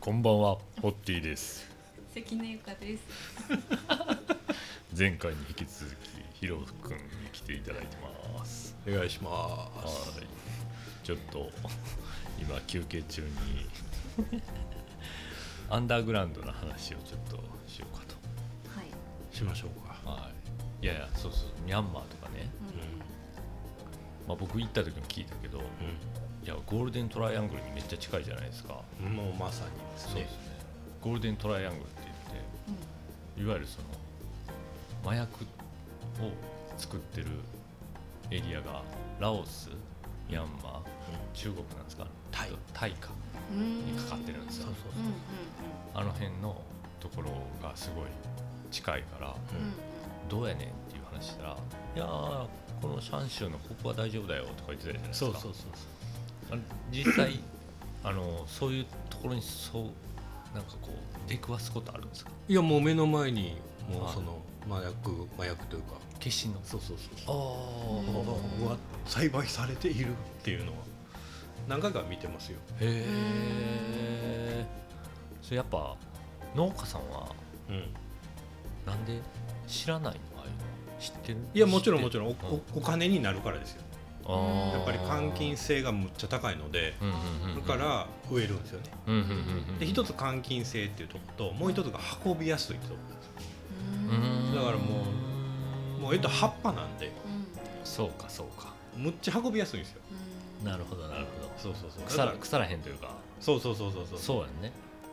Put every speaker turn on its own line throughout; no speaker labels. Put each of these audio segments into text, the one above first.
こんばんはホッティです
関根ゆかです。
前回に引き続きヒロ君に来ていただいてます
お願いします
はいちょっと今休憩中にアンダーグラウンドの話をちょっとしようか
はい。
しましょうか
とはいいやいやそうそうミャンマーとかね、まあ、僕行った時も聞いたけど、いやゴールデントライアングルにめっちゃ近いじゃないですか
うんもうまさにですね
ゴールデントライアングルって言っていわゆるその麻薬を作ってるエリアがラオスミャンマー中国なんですか
タイ
タイか
うん。うん。
にかかってるんですよ
そう
うんうん
あの辺のところがすごい近いから
う
う
ん。うんん
どうやねんっていう話したら「いやーこのシャン州のここは大丈夫だよ」とか言ってたじゃないです
そ
か
うそうそう
あの実際あのそういうところにそうなんかこう出くわすことあるんですか
いやもう目の前にも
は
う
い
その麻薬麻薬というか
決心の
そうそうそう
あ
うん
ー
うわ栽培されているっていうのは何回か見てますよ
へえそれやっぱ農家さんは
うん
なんで知らないのああいうの知ってる
いやもちろんもちろんお
うん
おお金になるからですよ
ろん
やっぱり換金性がむっちゃ高いのでだから植えるんですよねで一
つ
つ換金性っていうとこともう一つが運びやすいとこ
うん。
だからも
う
もうえっと葉っぱなんで
そうかそうか
むっちゃ運びやすいんですよ
うん。
なるほどなるほど
そうそうそう
腐
だから
腐らへんというか
そうそうそうそうう
そうやんね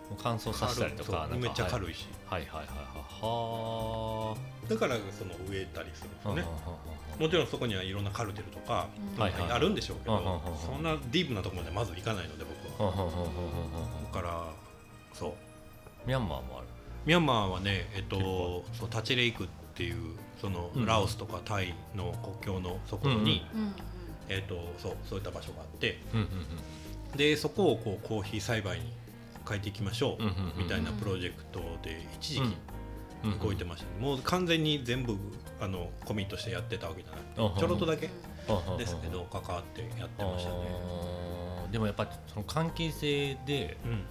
もう乾燥させたりとか
軽いそうめっちゃ
い
軽いし
はいはいはいは
だからその植えたりするんで
い
す
は
よ
あ
ねもちろんそこにはいろんなカルテルとか
うん
はいはい
あるんでしょうけ
うんうん
ど
うんうん
そんなディープなところまでまず行かないので僕は
はあはあはあはあはあはあ
だからそう
ミャンマーもある
ミャンマーはねえっ
結
と
構
そうタチレイクっていうその
うん
ラオスとかタイの国境のそこに
うんうん。
えっとそうそういった場所があって
うんうん
でそこをこうコーヒー栽培に変えていきましょ
うんうん
う
うん
みたいなプロジェクトで一時期
うんうん
動いてましたね、もう完全に全部あのコミットしてやってたわけじゃな
あはは
くてちょろっとだけ
うんうん
ですけど関わってやってましたね、
あーでもやっぱりその関係性で
うん、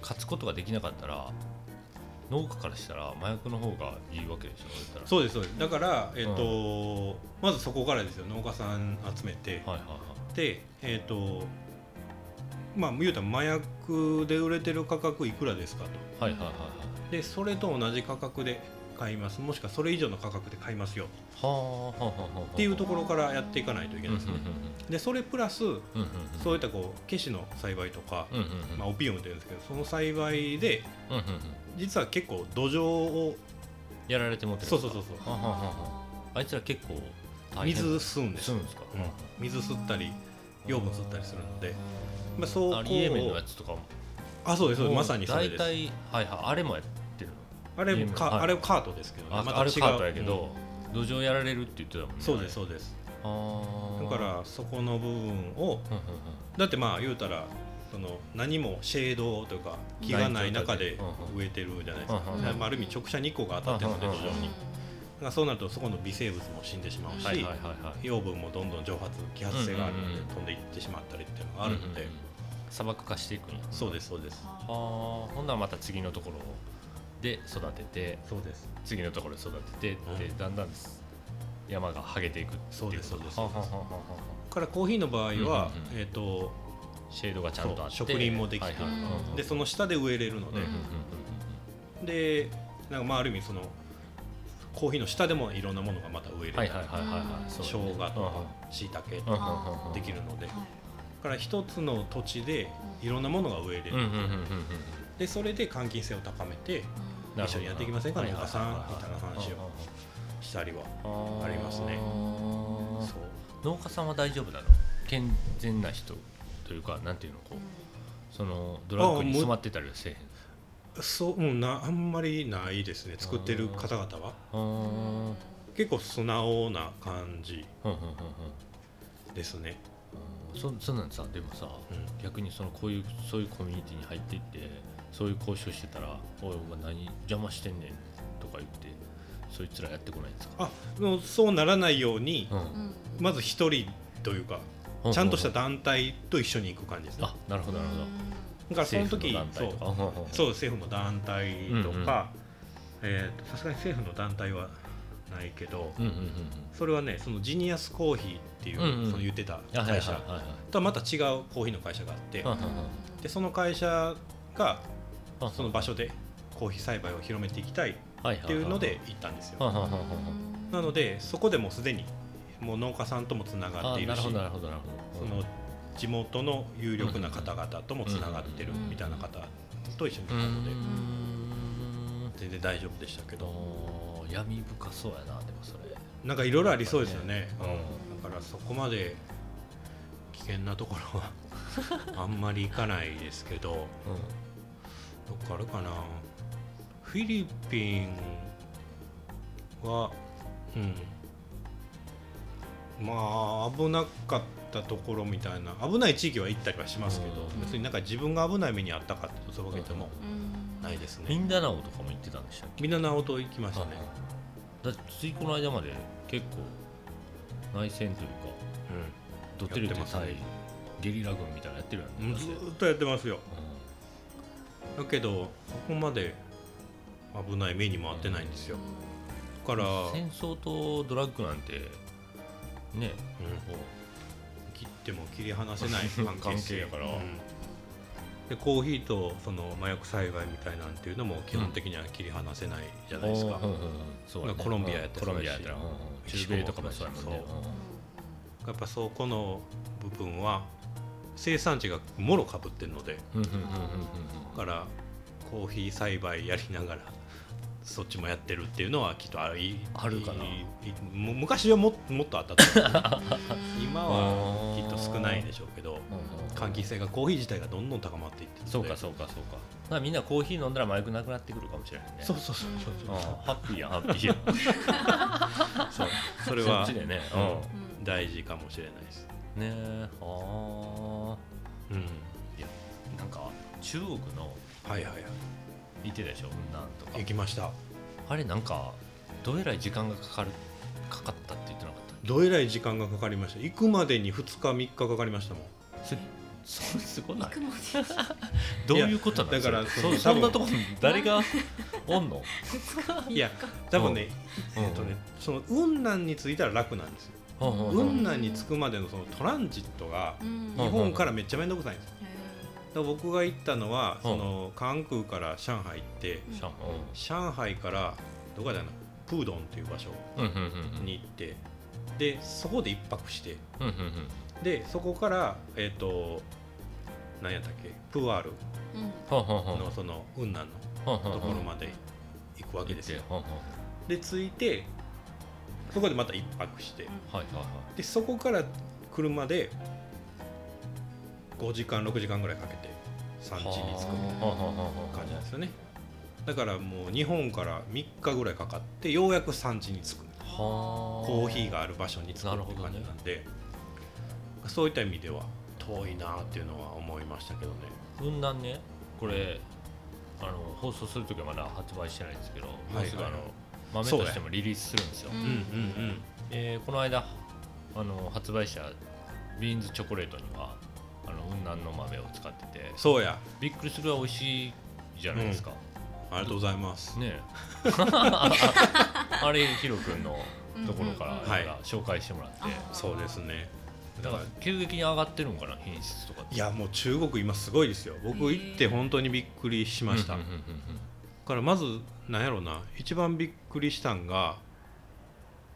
勝つことができなかったら農家からしたら麻薬の方がいいわけでしょ言ったら
そうですそうですだから、えっとまずそこからですよ農家さん集め
は
て、
いはいはい
でえっ、とまあ言うたら麻薬で売れてる価格いくらですかと
はいはいはいはい
でそれと同じ価格で買いますもしくはそれ以上の価格で買いますよ
はあはあはあはあはあ
っていうところからやっていかないといけ
う
なんい
うん
ですね、でそれプラス
うんうんうんうん
そういったこうケシの栽培とか、
うんうんうん
まあ、オピウムっていうんですけどその栽培で
うんうんうん
実は結構土壌を
やられてもってる
そうそうそう
はあはあはああいつら結構
そう
大変
水吸うんです
吸うんですか
うん水吸ったり養分吸ったりするのでまあ
う
そ
ん
う
あ
こ
イエメンのやつとかも
あそうですそうですまさにそれで
大
す
体はいはいあれもやってるの
あれ
イエメン
か、
はい
あれカートですけどね
あ
また
あれ
違う
カートやけ
うん
ど、土壌やられるって言ってたもんね
そうです
あ
そうです
れあ
だ
ー
からそこの部分を
うんうん
だってまあ言うたらその何もシェードというか木がない中で
うん
植えてるじゃないですか、
うん
うん
まあ、ある意味直射日光が当たってるので
うん
土壌に、だからそうなるとそこの微生物も死んでしまう
うん
し、
はいはいはいはい
養分もどんどん蒸発揮発性があるの
うんうん
で
うん
飛んでいってしまったりっていうのがあるので、
うんうんうん砂漠化していくんや
そうですそうです
あーほんならまた次のところで育てて
そうです
次のところで育ててって、
うん
だんだんです山がはげていくっていう
そうですそうです
ははははは
からコーヒーの場合は、
うんうんうん
えっ、と
シェードがちゃんとあって
そう植林もできて
はいはいはい
でその下で植えれるの
うんう
で
んうん、
でなんかまあある意味そのコーヒーの下でもいろんなものがまた植えれ
うん
た
はい
り、
はいはいはいはいそう
生
だね
姜とか椎茸と
うん
か
うんうんうん
できるので、だから一つの土地でいろんなものが植えれ
うん
る、
うんうんうんうん
でそれで換金性を高めて
なるほど
一緒にやっていきませんか
はいはい
農家さんみたいな
はいはい
話をしたりは、
ー
ありますねそう
農家さんは大丈夫なの健全な人というかなんていうのこうそのドラッグに染まってたりはせえへん
そう、うん、なあんまりないですね作ってる方々は
あー
結構素直な感じ
うんうんうんうん
ですね、
そそんなんさでもさ
うん
逆にそのこういうそういうコミュニティに入っていってそういう交渉してたら「おいお前何邪魔してんねん」とか言ってそいつらやってこないんですか
あのそうならないように、
うん
まず一人というかちゃんとした団体と一緒に行く感じですね
あなるほどなるほど
だからその
政府
時
の団体とか
そう政府の団体
う
と
んうん
かえーとさすがに政府の団体はないけど
うんうんうん
それはねそのジニアスコーヒーっていう、
うんうん
その言って
う
た
んあはいはい
会社
はいはい
とはまた違うコーヒーの会社があって、
うん
でその会社が
あ
その場所でコーヒー栽培を広めていきたいっ
はいは
て
い
いう
は
ので行ったんです
は
よ。
いはいはいはい
なのでそこでもうすでにもう農家さんともつながっ
あ
ている
な
し
るほどなるほどなるほ
そ
ど
の地元の有力な方々ともつながってるみたいな方と一緒に
う
行ったので
ん
全然大丈夫でしたけど
おー闇深そうやなでもそれ
なんかいろいろありそうですよね、
うん
うんだからそこまで危険なところはあんまり行かないですけどどっかあるかなフィリピンはうんまあ危なかったところみたいな危ない地域は行ったりはしますけど、
うん
別になんか自分が危ない目にあったかっていうとそういうわけでもないです
ミ
ね、
ンダナオとかも行ってたんでしたっけ
みんな直人行きました
あ
ね、
だってついこの間まで結構内戦というかドテルテ
やってます
対
ね
ゲリラ軍みたいなのやってるやん
うん、もうずーっとやってますよだけどそこまで危ない目にもあってないんですよだから、うん、
戦争とドラッグなんてねこ
切っても切り離せない関係
関係やから
うんでコーヒーとその麻薬栽培みたいなんていうのも基本的には切り離せないじゃ
う
ないですか、
うんうんうんそうやね
コロンビアやったら
コロンビアやったら
そうだし
うんうん中米とかもそうやもんね
そうやっぱそこの部分は生産地がもろかぶってるので
うんうんうんうんうんうん
だからコーヒー栽培やりながらそっちもやってるっていうのはきっとあい
あるかない
いむ昔はももっとあったと思 う今はきっと少ないでしょうけ
う
ど
んうん
換気性がコーヒー自体がどんどん高まっていってるので
そうかそうかそうかだからみんなコーヒー飲んだら麻薬なくなってくるかもしれないね
そうそうそう
うん
そう
ハッピーやんハッピーやん
そうそ
そ
れは
っちでね
う
うん
大事かもしれないです、
うんねえあー
うん、
なんか中国の
はいはいはい
行ってたでしょ雲南とか
行きました
あれなんかどえらい時間がかかるかかったって言ってなかったっ
どえらい時間がかかりました行くまでに2日3日かかりましたもん
けそれそれすごない
行くもんです
どういうことなん
いやだから
それ
その
そそんなとこに誰 がおんの、
いや多分ね、
うん
えっとねその雲南に着いたら楽なんですよ
うんうんうん
雲南に着くまでのそのトランジットが
うん
う
日
ん
本からめっちゃ面倒くさいんですよだから僕が行ったのは
うん
その関空から上海行って
うん
シャン
上海からどこだなプードンっていう場所
うんうんうん
に行ってでそこで一泊して
うんうんうん
でそこからえっ、と何やったっけプーアール
うん
ほんほんほん
のその雲南
ほんほん
のと
ほ
こ
ん
ろまで行くわけ
行っ
です
て
よ
ほんほん
で着いてそこでまた一泊して
はいはいはい
でそこから車で5時間6時間ぐらいかけて産地に着くみ
はあはあはあはあ
たいな感じなんですよねだからもう日本から3日ぐらいかかってようやく産地に着く
はあ
コーヒーがある場所に着くっていう感じなんで、そういった意味では遠いなっていうのは思いましたけどね
雲南ねこれあの放送する時はまだ発売してないんですけど、
い
もうすぐあの
はい
豆
そう
と
や
してもリリースするんですよ、
うん
うん
えーこの間あの発売したビーンズチョコレートにはあの雲南の豆を使ってて
そうや
びっくりするぐらい美味しいじゃないですか、
ありがとうございます、
ねえあれヒロ君のところから
うんうん
うんはい
なんか紹介してもらって、
あ
そうですね
だ
だ
か
からら
急激に上がってるんかな品質とかって
いやもう中国今すごいですよ僕行って本当にびっくりしました、
うんうん
だ
うんうん
からまずなんやろうな一番びっくりしたんが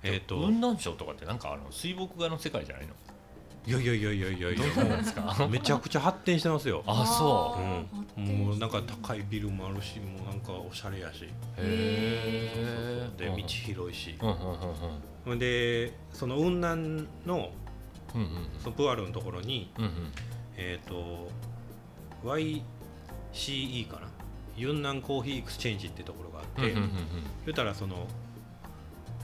えっ、と
雲南省とかってなんかあの水墨画の世界じゃないの
いやいやいやいやいやいや
どうなんですか
めちゃくちゃ発展してますよ
あそう
うん、もうなんか高いビルもあるしもうなんかおしゃれやし
へえ
で道広いし、
うんうんうんうん
ほんでその雲南の
うんうん
そのプアルのところに
うんうん
えっ、と YCE かなユンナンコーヒーエクスチェンジってところがあって、
うんうんうん
言うたらその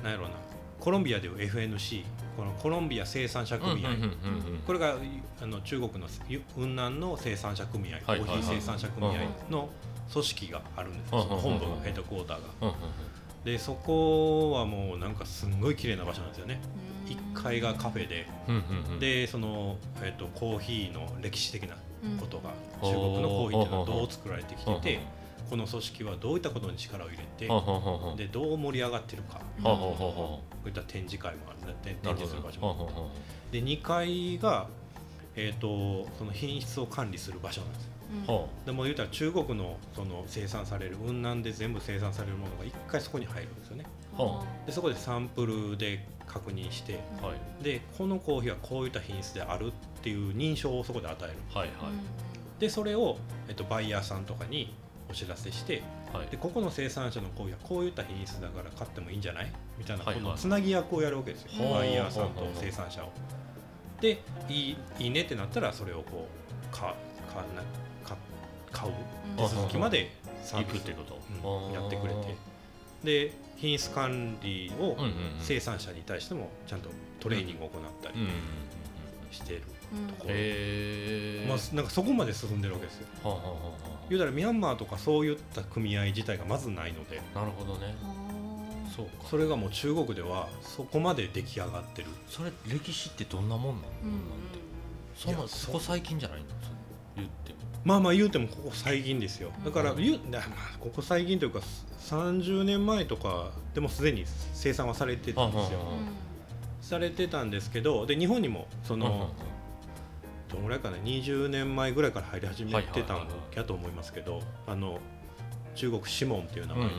なんやろうなコロンビアでいう FNC このコロンビア生産者組合、
うんうんうんうん
これがあの中国のゆ雲南の生産者組合、
はいはい
コーヒー生産者組合の組織があるんですよ、
うんうんうん
本部のヘッドクォーターが。
うんうん
でそこはもうなんかすんごい綺麗な場所なんですよね
うん
1階がカフェで、
うんうんうん、
でその、えっとコーヒーの歴史的なことが、
うん
中国のコーヒーっ
ほ
ていうのは
うほうほ
ど
う
う作られてきてて、この組織はどういったことに力を入れて、
ははははは
でどう盛り上がってるか、
うん
はははは
こういった展示会もあるんだって
な
展
る
示する
ほ
場所
どは
も
ははは
で2階が、えっとその品質を管理する場所なんですよ
は
でもう言うたら雲南中国のその生産される雲南で全部生産されるものが1回そこに入るんですよね
は
でそこでサンプルで確認して
はい
でこのコーヒーはこういった品質であるっていう認証をそこで与える
はい
でそれを、えっと、バイヤーさんとかにお知らせして
はい
でここの生産者のコーヒーはこういった品質だから買ってもいいんじゃないみたいな、
はいはい
このつなぎ役をやるわけですよ
ほう
バイヤーさ
ほ
んと
うほうほう
生産者を。でいいいいねってなったらそれをこうかかなか買う手続きまでサー
行く
ビ
っ
ス
てことあ
うん
ー
やってくれてで品質管理を
うんうんうん
生産者に対してもちゃんとトレーニングを行った
うんうんうん
り
うん
してる、
へえ
まあ、なんかそこまで進んでるわけですよ
はははは
言うたらミャンマーとかそういった組合自体がまずないので
なるほどねそうか
それがもう中国ではそこまで出来上がってる
それ歴史ってどんなもんなの、そん
い
な
や
そこ最近じゃないのその言っても
まあまあ言うてもここ最近ですよだから
うん
言う、なまあ、ここ最近というか30年前とかでもすでに生産はされてたんですよ
ははは
されてたんですけどで日本にもそ
うんうんうん
のどのぐらいかな20年前ぐらいから入り始めてた
はいはいはい
ん
はい
やと思いますけどあの中国シモンっていう名前で、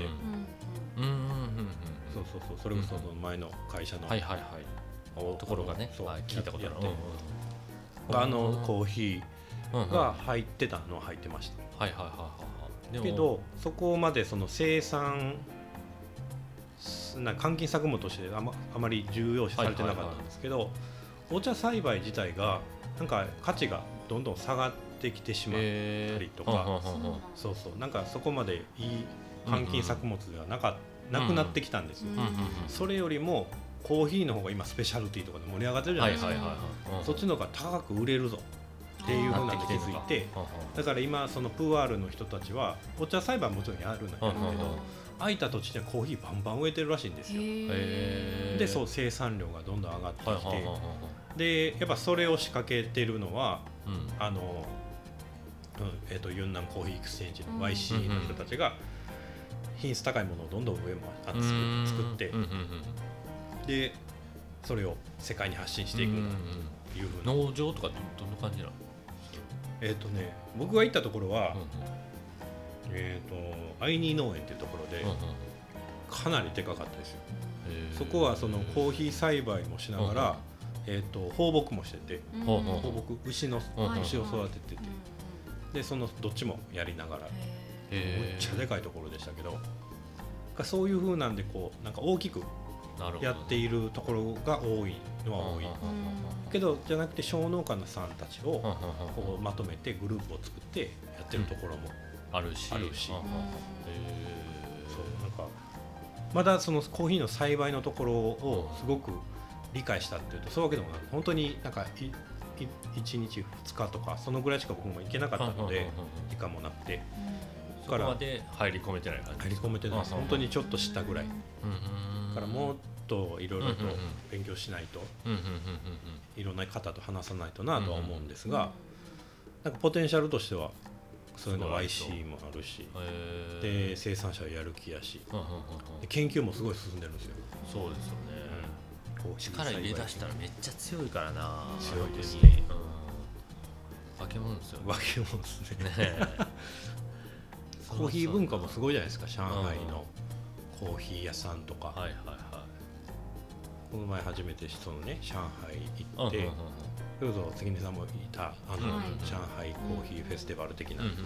うんうんうんうんうんうん
そうそうそうそれこそその前の会社の、
はいはいはい
お
ところがね、
そう
はい、聞いたことある
やってあのコーヒ
うんうん
ーが入ってたのは入ってました、
はいはいはいはいはいで
け
も
どそこまでその生産な換金作物としてあまあまり重要視されてなかったんですけど、お茶栽培自体がなんか価値がどんどん下がってきてしまう、
え
りとかそうそうなんかそこまでいい換金作物ではなか、
んうん
なくなってきたんですよ、
うんうんうん
それよりもコーヒーの方が今スペシャルティーとかで盛り上がってるじゃ
は
ないい
は
で
い
すか、
はいはいうん
そっちの方が高く売れるぞっていうふうなのに気づいて
うんうん
だから今そのプーアールの人たちはお茶栽培もちろんやるんだけ
うんうん
ど空いた土地にはコーヒーバンバン植えてるらしいんですよ
へー
でそう生産量がどんどん上がって
はい
き
はいはいはい
てでやっぱそれを仕掛けてるのは
うん
あの、うんえっとユンナンコーヒーエクスチェンジの YC の人たちが品質高いものをどんどん上もあ
うーん
作作って
うんうんうん
でそれを世界に発信していくんだっていうふうな
農場とかどどんな感じなの
えっとね僕が行ったところは
うんうん
えっとアイニー農園っていうところで
うんうん
かなりでかかったですよ
へー
そこはそのコーヒー栽培もしながら、えー、と放牧もしてて
ほうほう
放牧牛の
うんうん
牛を育てててでそのどっちもやりながらめっ
へ
ちゃ
ー
でかいところでしたけどがそういう風なんでこうなんか大きく
なるほど
やっているところが多いのは多いけどじゃなくて小農家のさんたち
うん
を
うんうん
こうまとめてグループを作ってやってるところも
あるし
あるし
うんうんうん
そうなんかまだそのコーヒーの栽培のところをすごく理解したっていうとそういうわけでもなく本当になんかいい1日2日とかそのぐらいしか僕も行けなかったの
うん
で
うんうんうん
時間もなくて
そ
だ
こ
か
ま
ら
で入り込めてない感じ
入り込めてないです
うんうん
本当にちょっとしたぐらいだからもっといろいろと
うんうんうん
勉強しないと
うんうんうんうん
いろんな方と話さないとなとは思うんですがなんかポテンシャルとしてはそういうの
すごいありそう
YC もあるし
うんへー
で生産者はやる気やし
うんうんうんうん
で研究もすごい進んでるんですよ。
そうですよね、
こう
力入れ出したらめっちゃ強いからな
強いです
ね
ね
化け物ですよね
わけもんですね
ね
コーヒー文化もす
い
ごいじゃないですか上海のコーヒー屋さんとか、
はいはいは
この前初めてそのね上海行
い
って、
うんうん
それこそ関根さんもいたあの、
はい
上海コーヒーフェスティバル的な、
うんうんうんうん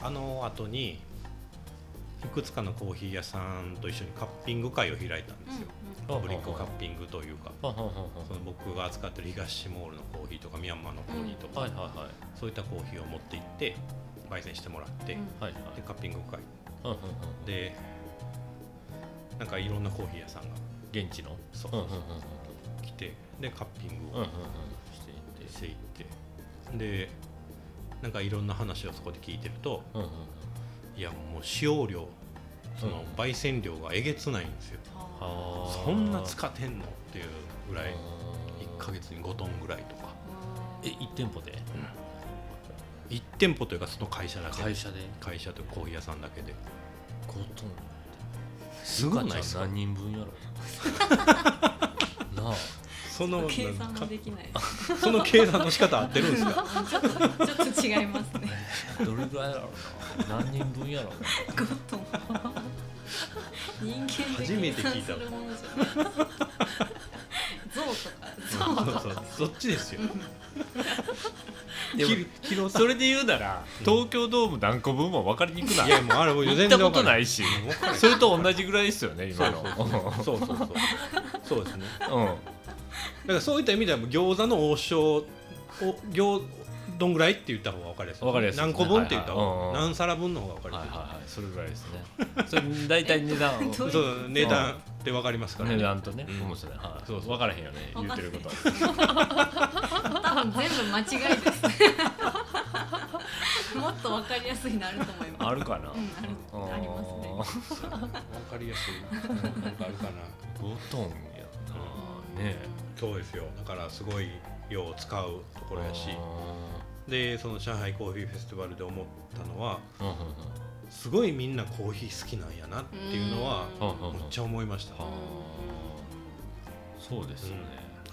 あの後にいくつかのコーヒー屋さんと一緒にカッピング会を開いたんですよ、
うんうん
パブリックカッピングというか、
はははは
その僕が扱ってる東モールのコーヒーとかミャンマーのコーヒーとか、
はいはいは
そういったコーヒーを持って行って焙煎してもらって、
いはいはい
でカッピング会
うんうんうん
でなんかいろんなコーヒー屋さんが
現地の
そう
うん
そ
うんう
う
ん
そううん来てでカッピン
うんう
グ
んう
を
んしていて
していって、でなんかいろんな話をそこで聞いてると
うんうんうん
いやもう使用量その
うん
焙煎量がえげつないんですよ、
あー
そんな使ってんのっていうぐらい1
か
ヶ月に5トンぐらいとか
え一店舗で
1店舗というかその会社だけで
社で
会社とコーヒー屋さんだけで
5ト
すごい
ン
ないですか
何人分やろ なあ
その
計算
か
もできない。
その計算の仕方合ってるんですか
ちょっと違います ね。
どれぐらいやろうな何人分やろうな
ゴッドも人間で
初めて
計算
聞い
す
た
るものじゃない。 象とか
そうそうそっちですよ
でも
キロキロ
それで言うなら東京ドーム何個分も分かりにくない
いやもうあれもう
行
全
った
然
こと
わかん
ないいし
わかんない
それと同じぐらいですよね
そ
今
う
の
そうそうそうそうそうですね
うん
だからそういった意味ではもう餃子の王将を餃どんぐらいって言った方が分かりやすい
わかりやすいですね
何個分って言った方が、
はいはいうんうん
何皿分の方が分かりや
はい
すい、
はいはいそれぐらいですねそれ大体値段を
どう
そう値段で分かりますからね
値段とね
うん
面白いはい
そうそう
分からへんよね言ってることは
多分全部間違いです。もっとわかりやすいのあると思います。
あるかな
うんあるありますね
そう分かりやすいなんかあるかな
5トンやなねえ
そうですよだからすごい量を使うところやし
う
でその上海コーヒーフェスティバルで思ったのは
んうんうん
すごいみんなコーヒー好きなんやなっていうのは
うんうん
めっちゃ思いました
あーそうですね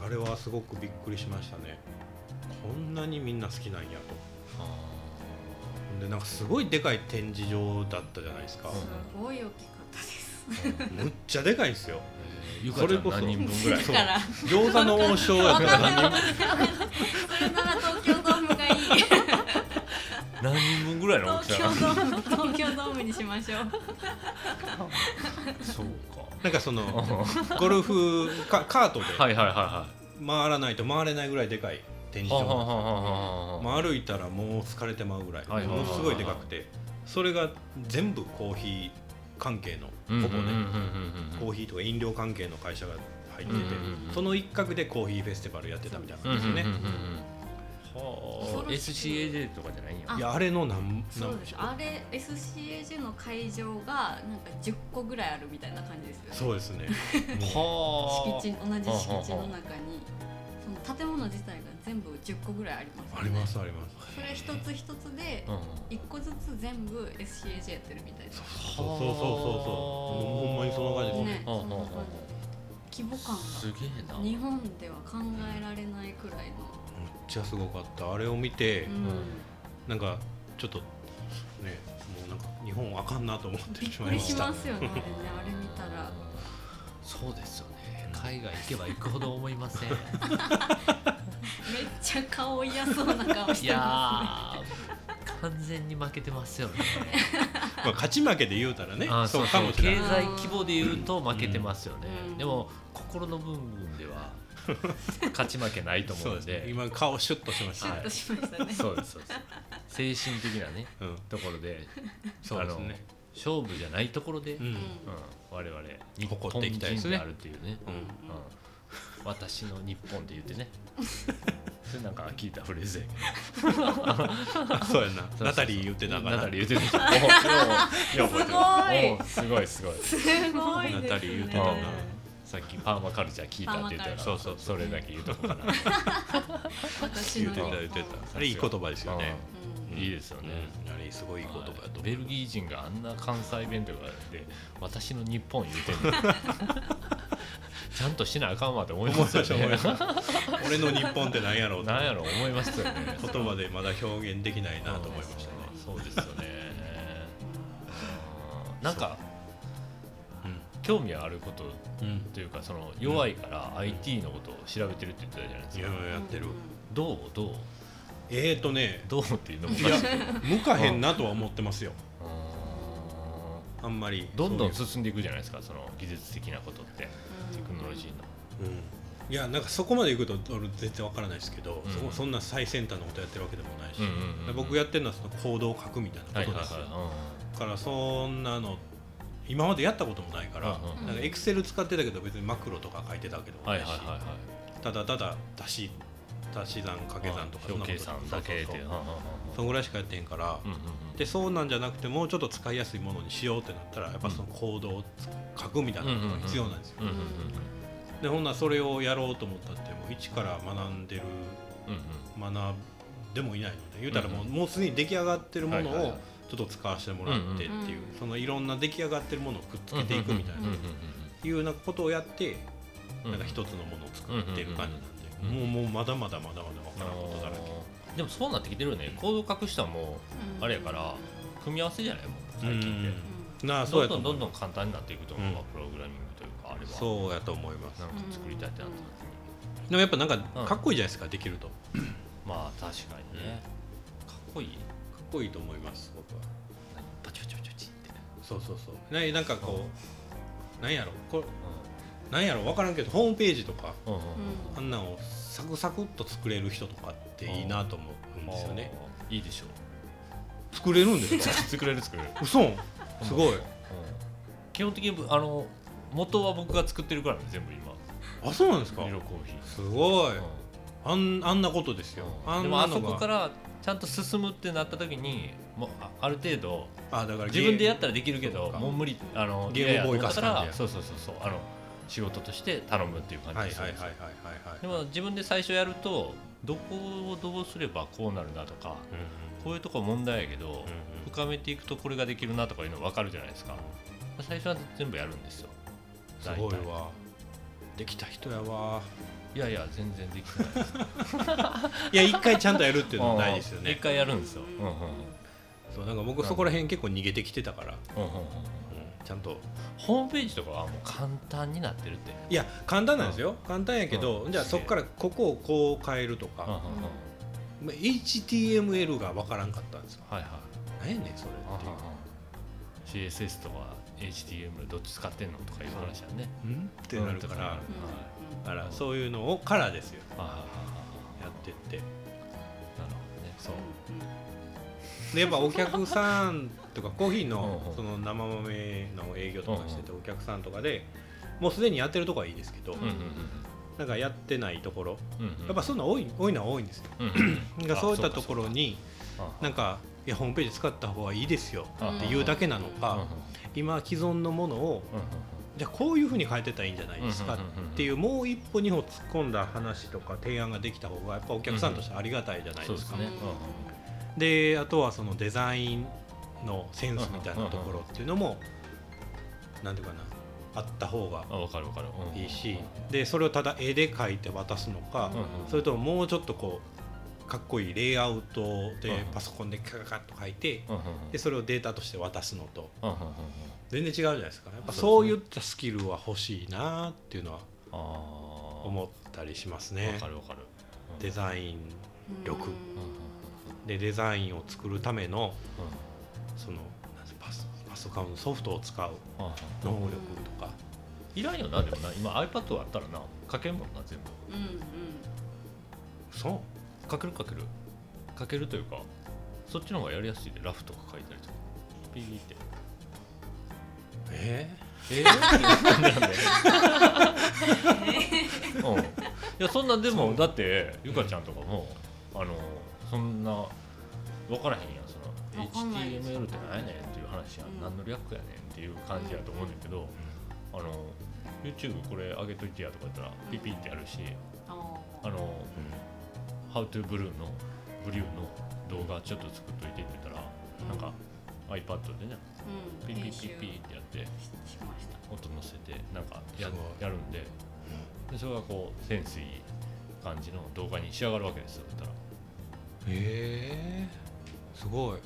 あれはすごくびっくりしましたねこんなにみんな好きなんやと
あ
でなんかすごいでかい展示場だったじゃないですか
すごい大きかったです。
ーうん
むっちゃでかいんですよ
えーゆかちゃん何人分ぐらい
そ
だ
う
から。
餃子の王将や
わ
か
からんないわかん
何
ないそれなら東京ドームがいい。
何人分ぐらいの大きさ
東京ドーム東京ドームにしましょう。
そう
なんかそ
か
の
は
ゴルフカカートで
いはいはいは
回らないと回れないぐらいでかい展
い
示
はあ
場
はあはあはあは
なんですよ
あ
まあ、歩いたらもう疲れてまうぐらい、
はいはいはいはい
ものすごいでかくてそれが全部コーヒー関係の
うんうん
ほ
うん
ぼ
うんうん
ね
うん
コーヒーとか飲料関係の会社が入ってて
うんうんうん
その一角でコーヒーフェスティバルやってたみたいな
うん
感
うん
じ
うんうん
です
う
ね
んはあ SCAJ とかじゃないんや
あ
いやあれの何
そ
何
うです。あれ SCAJ の会場がなんか10個ぐらいあるみたいな感じですよね。
そうです ねも
はあ
敷地同じ敷地の中にその建物自体が全部10個ぐらいあります
う
よね
ありますあります
それ一つ一つで
うん
一個ずつ全部 SCAJ やってるみたいな
そうそうそうそうそうほんまにそんな感じで
ね
すね
そんな感じ規模感
すげえな
が日本では考えられないくらいの
めっちゃすごかったあれを見て
うん
なんかちょっとねもうなんか日本あかんなと思って
びっ
し
く
まい
り
ま
し
した
ます よねあれねあれ見たら
そうですよね海外行けば行くほど思いませんい
めっちゃ顔嫌そうな顔して
や
ま
ー完全に負けてますよね
まあ勝ち負けで言うたらね
あー
そ
そうう
か
そ
も
う
しれない
経済規模で言うと負けてますよね、
うん
でも心の部分で は勝ち負けないと思
そう
う
で
ん
すね
で
今顔シュッとしまし
す
た
ね
ね
シュッとしましたね
そうですそうです精神的なね
うん
ところで
そうですね
あの勝負じゃないところで、
う
うん
ん
我々日
誇っていきたい
本
です
人
ね
であるっていうね
うん
うん
うん、私の日本って言ってねそれなんか聞いたフレーズやけど
あ そうやな
そうそうそう
ナタリー言ってたか
ナ
ら
タ
ナ
リー言ってたでしょおうようよう覚えて る
すごい
おうすごいすごい
すごいですね
ナタリー言うて
たなさっきパーマカルチャー聞いたって言ったから
パーマカルチャー
そうそうそれだけ言うとこうかな、
私の
言ってた言ってたあれいい言葉ですよね
う
うんいいですよね、
うんあれすごいいい言葉だと
ベルギー人があんな関西弁とか で私の日本言 うてんのちゃんとしなあかんわって思い
思いま
ま
し
すよ
た思いま
ね
した 俺の日本って何やろうと
なんやろ思いましたよね
言葉でまだ表現できないなと思いましたね
そうですよねうんなんか
う
興味あること
んうん
というかその弱いから IT のことを調べてるって言ってたじゃないです
い
か
ろいろやってる
どうどう
えーとね
どうっていうのもお
い
か
や
しい
向かへんなとは思ってますよ
う
あんまり
んどんどん
そうい
進んでいくじゃないですかその技術的なことってテクノロジーの
ううんいやなんかそこまで行くと俺全然わからないですけど
うん
そこそんな最先端のことやってるわけでもないし
うんうんうんうん
僕やってるのはその行動を書くみたいなことですよだからそんなの今までやったこともないから
うん
うん
なんかエクセル使ってたけど別にマクロとか書いてたわけでも
は
ない
はい
いし
はいはいはい
ただただ足し足し算掛け算とかそんな
表
こと
計算だけで
そうそうそう
はんはんはん
そんぐらいしかやってへんから、
うんうんうん
でそうなんじゃなくてもうちょっと使いやすいものにしようってなったらやっぱその行動を書くみたいなのが必要なんですよ、
うんうんうん
でほんならそれをやろうと思ったってもう一から学んでる
うんうん
学でもいないので言うたらも
う
う,、
んう
もうすでに出来上がってるもの
はいはい
を
はい
ちょっと使わせてもらってっていう、
うんうん
そのいろんな出来上がってるものをくっつけていくみたいな、
うんうん
いうようなことをやって、
うんうん
なんか一つのものを作っている感じ
うん
なん
うん
で、
うん
もうもうまだまだまだまだ分
あ
からんことだらけ
ーでもそうなってきてるよねコード隠したもあれやから組み合わせじゃないもん最近って、
なあそう
ど
や
んど
と
ん
思
ど
うん
どん簡単になっていくと思うわ、
うん
プログラミングというかあれは
そうやと思います
なんか作りたいってなった時に、
でもやっぱなんか
うん
かっこいいじゃないですかできるとか
まあ確かにね、かっこいい
っこいいと思います僕は
パチパチパチパチって、
そうそうそうななんかこうなんやろこれなんやろ分からんけどホームページとか
うんうんうんうん
あんなんをサクサクっと作れる人とかっていいなと思うんですよね
あーいいでしょう
作れる んですか
作れる作れる、
嘘すごい
基本的にあの元は僕が作ってるからね全部今
あそうなんですか
ミロコーヒー
すごい
うん
あんあんなことですよ
うんで
ん
も
な
あ
の
そこ
が
からちゃんと進むってなった時にもうあある程度
あだから
自分でや
っ
ったらできるけ
そ
ど
うか
もう無理あの
ゲームボーイ
いやいや
か
だか
す感じや
らそうそうそうそうあの仕事として頼むっていう感
はい
じ
はい
です
はいはい
で
はいはい
も自分で最初やるとどこをどうすればこうなるなとか
うんうん
こういうとこ問題やけど
うんうん
深めていくとこれができるなとかいうの分かるじゃないですか最初は全部やるんですよ
すごい
大体
わできた人やわ
いやいや全然できてないです
いや一回ちゃんとやるっていうのはないですよ
うん一
ね
回やるんですようんうんうん
そうなんか僕そこら辺結構逃げてきてたから、
うんうんうん
ちゃんと
ホームページとかはもう簡単になってるって
いや簡単なんですよ、簡単やけど、
うん
じゃあそこからここをこう変えると
うんうんう
か、
ん
まあ HTML が分からんかったんですよ
はいはい
何やねんそれっていう
CSS とか HTML どっち使ってんのとかいう話やね
うんってなるから、
うん
うんうん
だからそういうのをからですよ
はいはいはい
やってって
はいなるほどねそう
うんうん
でやっぱお客さんとかコーヒー
うんう
の
ん
その生豆の営業とかしててお客さんとかでもうすでにやってるとこはいいですけど、
うんうん
なんかやってないところ
うんうんうん
やっぱそういうの多い多いのは多いんですよ
うんうん
なんかそういったところに
あそうかそうか
なんかいやホームページ使った方がいいですよ
あ
っていうだけなの
うんうん
か今既存のものを
うんうん
じゃあこういうふうに変えてたらいいんじゃない
うん
ですかっていうもう一歩二歩突っ込んだ話とか提案ができた方がやっぱお客さんとしてありがたいじゃない
そう
で
ですす
か。
ね
であとはそのデザインのセンスみたいなところっていうのも何ていうかなあった方が
あ分かる分かるうん
いいしでそれをただ絵で描いて渡すのか
うんうん
それとももうちょっとこうかっこいいレイアウトで
うん
パソコンでカカカッと書いて
うんうんうん
でそれをデータとして渡すのと
うんうんうんうん
全然違うじゃないですかやっぱ
そ
そうう
ですね
いったスキルは欲しいなっていうのは
あー
思ったりします
分
ね
かる分かるうん
デザイン
うんう
力
ん
うんうんうん
でデザインを作るための
うん
そのなんてパソパソコンのソフトを使う
うんうん
能力とか
いらんよなでもな今 iPad あったらな書けるもんな全部
うんうん
そう
書ける書ける書けるというかそっちの方がやりやすいでラフとか書いたりとかピーって
え
えー、なんでなんでうんいやそんなんでもだってゆかちゃんとかもあのそんな分からへんやんその
わかんないです
HTML って何やねんっていう話や、
うん
ん、何の略やねんっていう感じやと思うねんだけど、あの YouTube これ上げといてやとか言ったらピピってやるし
あ
あ
ー
の
う
「HowToBlue」のブリューの動画ちょっと作っといてって言ったら、なんか iPad でね
う
ピ
ん
ンピン
編
ピ
集
ンピンってやって
ししました
音乗せてなんかや
すごい
やるんででそれがこうセンスいい感じの動画に仕上がるわけですよだったら
えー、すごい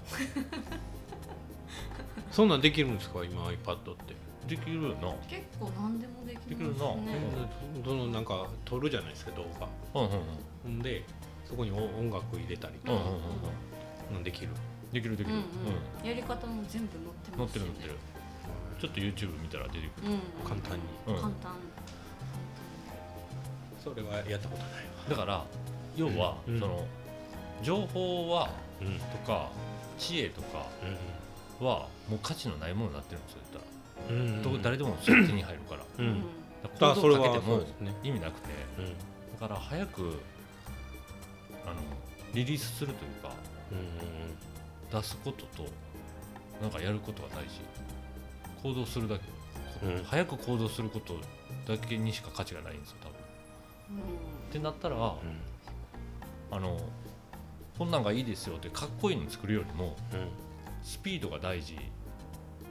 そんなんできるんですか今 iPad って
できるよな
結構何でもできます
で
ね
きるな
そのなんか撮るじゃないですか動画
うんうんうん
ほんでそこにお音楽入れたり
うん
と
うん
か
うんうん
なんできる、
できるでき
うん
る、
う
うん
んやり方も全部載って
乗
ま
っ
す
てる
よ
乗っ
ね
てるちょっと YouTube 見たら出てくる、
うん
簡単に
うん
簡単
それはやったことないわ
だから要は、
うん
その情報は
うんうん
とか知恵とかはもう価値のないものになってるんですよだったら
うん
ど誰でもそっちに入るから
う
うん
ん
だから
あ
行
それ
動をか
は
けて
そう
も
ですね
意味なくて
うん
だから早くあのリリースするというか出すこととなんかやることが大事行動するだけ
うん
早く行動することだけにしか価値がないんですよ多分ってなったら、あのこんなんがいいですよってかっこいいの作るよりもスピードが大事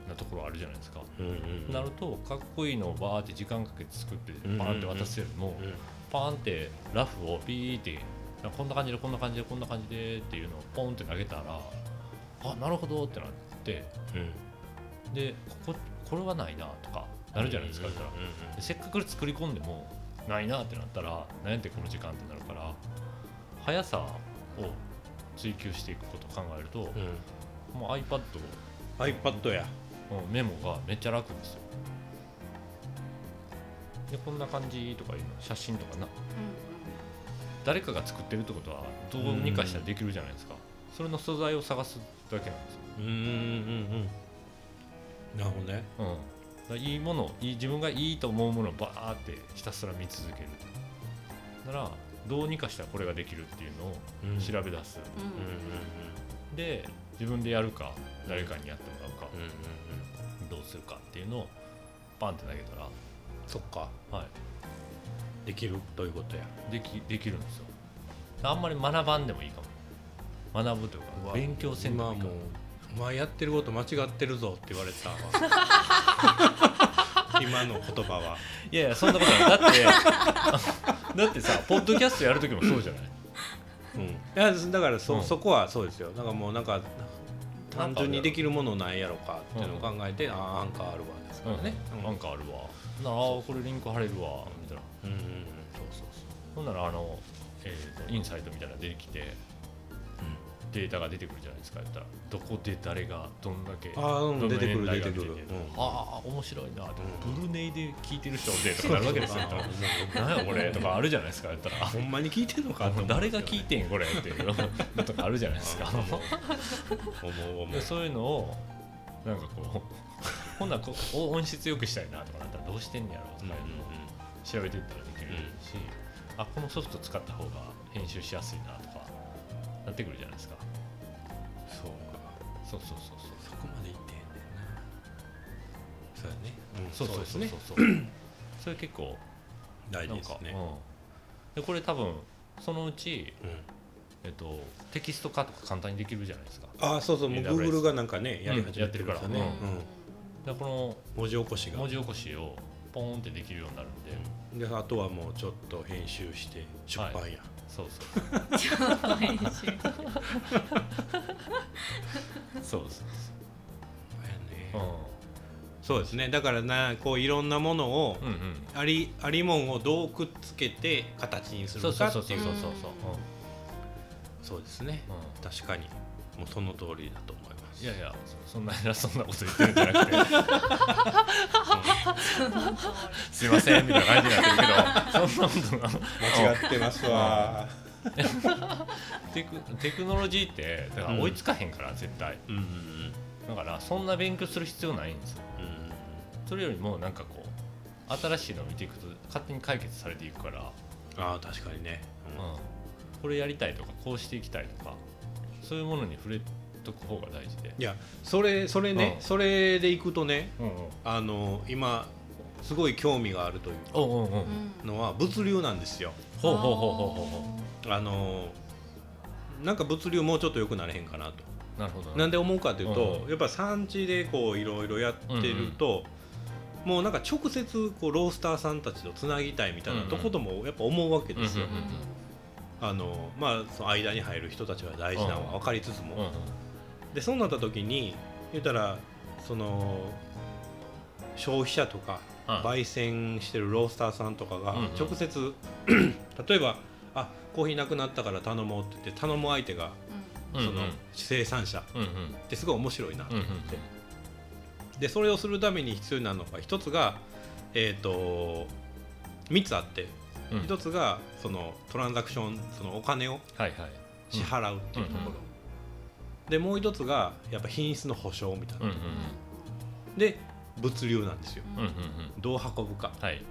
なところあるじゃないですか、
うんうんうん
なるとかっこいいのをバーって時間かけて作って
うんうん
バーンって渡すよりも、
うん
パーンってラフをピーってなんかこんな感じでこんな感じでこんな感じでっていうのをポンって投げたらあなるほどってなって
うん
でこここれはないなとかなるじゃないですか、
うん
だからでせっかく作り込んでもないなってなったら何やってこの時間ってなるから速さを追求していくことを考えると、
うんうんうん
もう iPad
うん iPad や
のメモがめっちゃ楽ですよでこんな感じとかいうの写真とかな誰かが作ってるってことはどうにかしたらできるじゃないですか、それの素材を探すだけなんですよ、
うんうんうんうんなるほどね
うん、だからいいものいい自分がいいと思うものをバーってひたすら見続けるならどうにかしたらこれができるっていうのを
うん
調べ出す、
うん
うんうん
で自分でやるか誰かにやってもらうか
うんうんうん
どうするかっていうのをバンって投げた、
そっから
は
できるということや
い、できできるんですよあんまり学ばんでもいいかも学ぶというか
うわ
勉強せんでも
今
いいか
もう
も
お前やってること間違ってるぞって言われたわ今の言葉はい
やいやそんなことないだって だってさポッドキャストやる時もそうじゃない
うんいやだからそ,、
うん
そこはそうですよだからもうなんか単純にできるものないやろかっていうのを考えて、ああアンカーあるわですからね、うん、
なんかあるわならあーこれリンク貼れるわみたいな
うんうんうんそうそう
ほんならあの、えーとインサイトみたいなの出てきてデータが出てくるじゃないですか言ったらどこで誰がどんだけ
そうああうん
どの
出てく
年
る
代
出
が
てくる、うん、
ああ面白いなと、
うん
ブルネイで聞いてる人でとかなるわけですよ
そうそう
言ったら何やこれとかあるじゃないですか言ったら
ほんまに聞いてんのか
あ
って思うん
誰
で
が
すよね
聞いてんこれっていうのとかあるじゃないですか
思う思
で
う
そういうのをなんかこうほ んならこう音質良くしたいなとかなったらどうしてんねやろと
うん
かいうのを調べていったらできる
うん
し、あこのソフト使った方が編集しやすいなとかなってくるじゃないですか
そうか
そうそうそうそう
そこまでいってんねんなそうやね、うん、
そうそうそう
で
そ
すね
う そうそれ結構
大
な
事
ん
です
か、
ね
うん、でこれ多分そのうち、
うん
えっと、テキスト化とか簡単にできるじゃないですか
ああそうそうもう
AWS
Google がなんかねやり始めてるから
うん
ね、
やっ
うん
でこ
文字起こし
の
が
文字起こしをポーンってできるようになるんで、
であとはもうちょっと編集して出版や、
そうそう そうそうそう、
そうですねだからなこういろんなものを、
うん、うんうん
ありありもんをどうくっつけて形にす
そう
る
そ
か
う
って
そ
いう
うそうそうそうそう
そうですね
うん、うん
確かにもうその通りだと思います
いやいやそそんな偉そんなこと言ってるんじゃなくてすいませんみたいな感じになってるけどそんなことなの
間違ってますわ
テクテクノロジーってだから追いつかへんから、絶対
うんうん
だからそんな勉強する必要ないんですよ
うん
それよりもなんかこう新しいのを見ていくと勝手に解決されていくから、
ああ確かにね、うん
うん、これやりたいとかこうしていきたいとかそういうものに触れとく方が大事で、
いやそれそれね、
うん
それでいくとね
うんうん、
あの今すごい興味があるとい
おうおうおう
うのは物流なんですよ
ほうほうほうほうほうほ
あのなんか物流もうちょっと良くなれへんかなと
うなるほど
な
で
んで思うかというと、
うん
やっぱ産地でこういろいろやってると、もうなんか直接こうロースターさんたちとつなぎたいみたいなとこともやっぱ思うわけですよ、
うんうん
あのまあその間に入る人たちは大事なのは分かりつつも、
うんうん
でそうなった時に言ったらその消費者とか
はい
焙煎してるロースターさんとかが
うんうん
直接、 例えばあコーヒーなくなったから頼もうって言って頼む相手がその
うんうん
生産者
うんうん
ってすごい面白いなと
うんう
思
ん
って、でそれをするために必要なのが一つがえっ、と3つあって
うん
一つがそのトランザクションそのお金を
はいはい
支払うっていうところ、でもう一つがやっぱ品質の保証みたいな、
うんうん
で物流なんですよ
うんうんうん
どう運ぶか
はい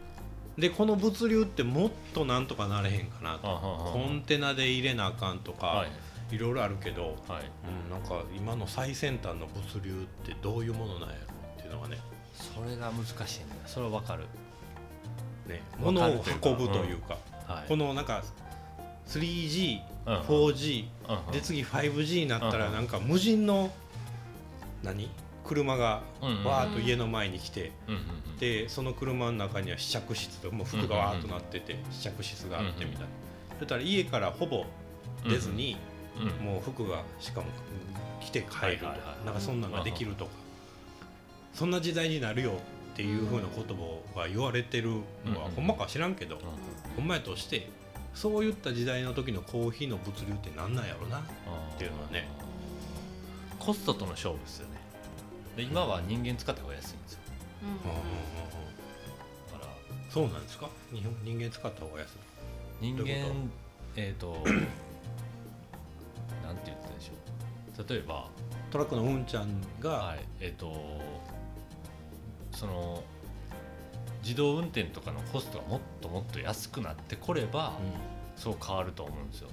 でこの物流ってもっとなんとかなれへんかな
あ
と
はは
コンテナで入れなあかんとか、
はい
い、ろいろあるけど、
はい
うん、なんか今の最先端の物流ってどういうものなんやろっていうのはね
それが難しいねそれはわかる
ね、
わ
物
か
を
るというか
運ぶというか、
はい
このなんか 3G、
うん
4G
うんうん
で次 5G になった
う
ら
ん
なんか無人の何車が
うんうん
わーっと家の前に来て、
うんうんうん
でその車の中には試着室ともう服がわーっとなってて、試着室があってみたいな、だから家からほぼ出ずに、
うんうん
もう服がしかも着て帰るとか、
はいはいはい
なんかそんなんができるとか、そんな時代になるよっていうふうな言葉が言われてるのは、
うん
ほんまか知らんけど、
うん
ほんまやとしてそういった時代の時のコーヒーの物流ってなんなんやろなっていうのはね
コストとの勝負ですよねで今は人間使った方が安いんですよ
うんうん
うんうんう
だ
ん
から
そうなんですか日本人間使った方が安い
人
どういうこ
間えっ、となんて言ってたでしょう例えば
トラックのうんちゃんが、
はいえっ、とその自動運転とかのコストがもっともっと安くなってこれば、そう変わると思うんですよ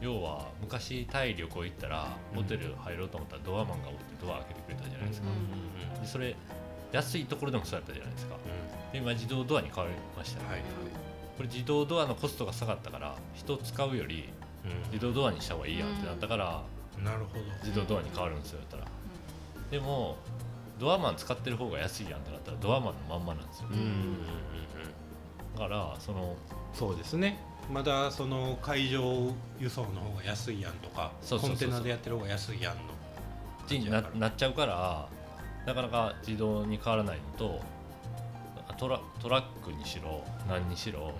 要は昔タイ旅行行ったら
うん
ホテル入ろうと思ったらドアマンがおってドア開けてくれたじゃないですか、
うん
でそれ安いところでもそうやったじゃないですかで今自動ドアに変わりましたよね、
はい
これ自動ドアのコストが下がったから人使うより
うん
自動ドアにした方がいいやんってなったから
うんなるほど
自動ドアに変わるんですよだったらでもドアマン使ってる方が安いやんってなったらドアマンのまんまなんですよ
うんうんうんうん
だからその
そうですねまだその海上輸送の方が安いやんとか
そうそうそうそう
コンテナでやってる方が安いやんの
地にななっちゃうからなかなか自動に変わらないのとトラトラックにしろ何にしろ
う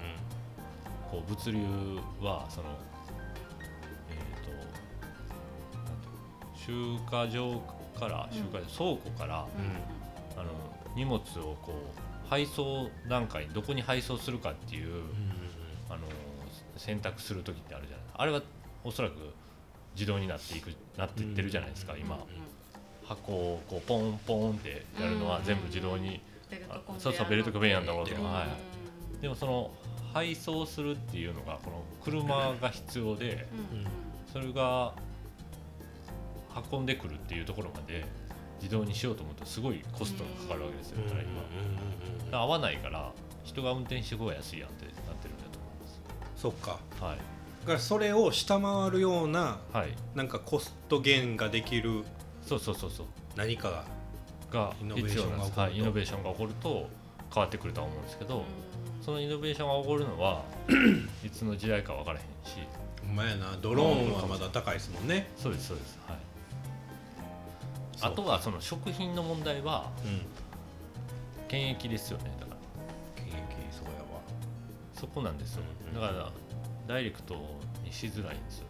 こう物流はそのえっ、となんていうの集荷場から
うん
集荷場倉庫から
うん
あの荷物をこう配送段階にどこに配送するかっていうん
うん
あの選択する時ってあるじゃないあれはおそらく自動になっていくなっていってるじゃないですか
うん
今箱をこうポンポンってやるのは全部自動にあそうそうベルトコンベヤーのところとかはいでもその配送するっていうのがこの車が必要で
うん
それが運んでくるっていうところまで自動にしようと思うとすごいコストがかかるわけですよ
うんうん
だ
うん
から今だから合わないから人が運転してこが安いやんってなってるんだと思いま
そっか
すはい
だからそれを下回るような
はい
なんかコスト減ができる
そうそうそうそう
何かが
が
イノベー
必
シ
要
ョン
なん
が
ですは
起こると
いイノベーションが起こると変わってくるとは思うんですけどそのイノベーションが起こるの はいつの時代か分からへんし
お前やなドローンはまだ高いですもんね
そうですそうですはいあとはその食品の問題は
うん
検疫ですよねだから
現役そうやわ
そこなんですよ
うん
だからダイレクトにしづらいんですよね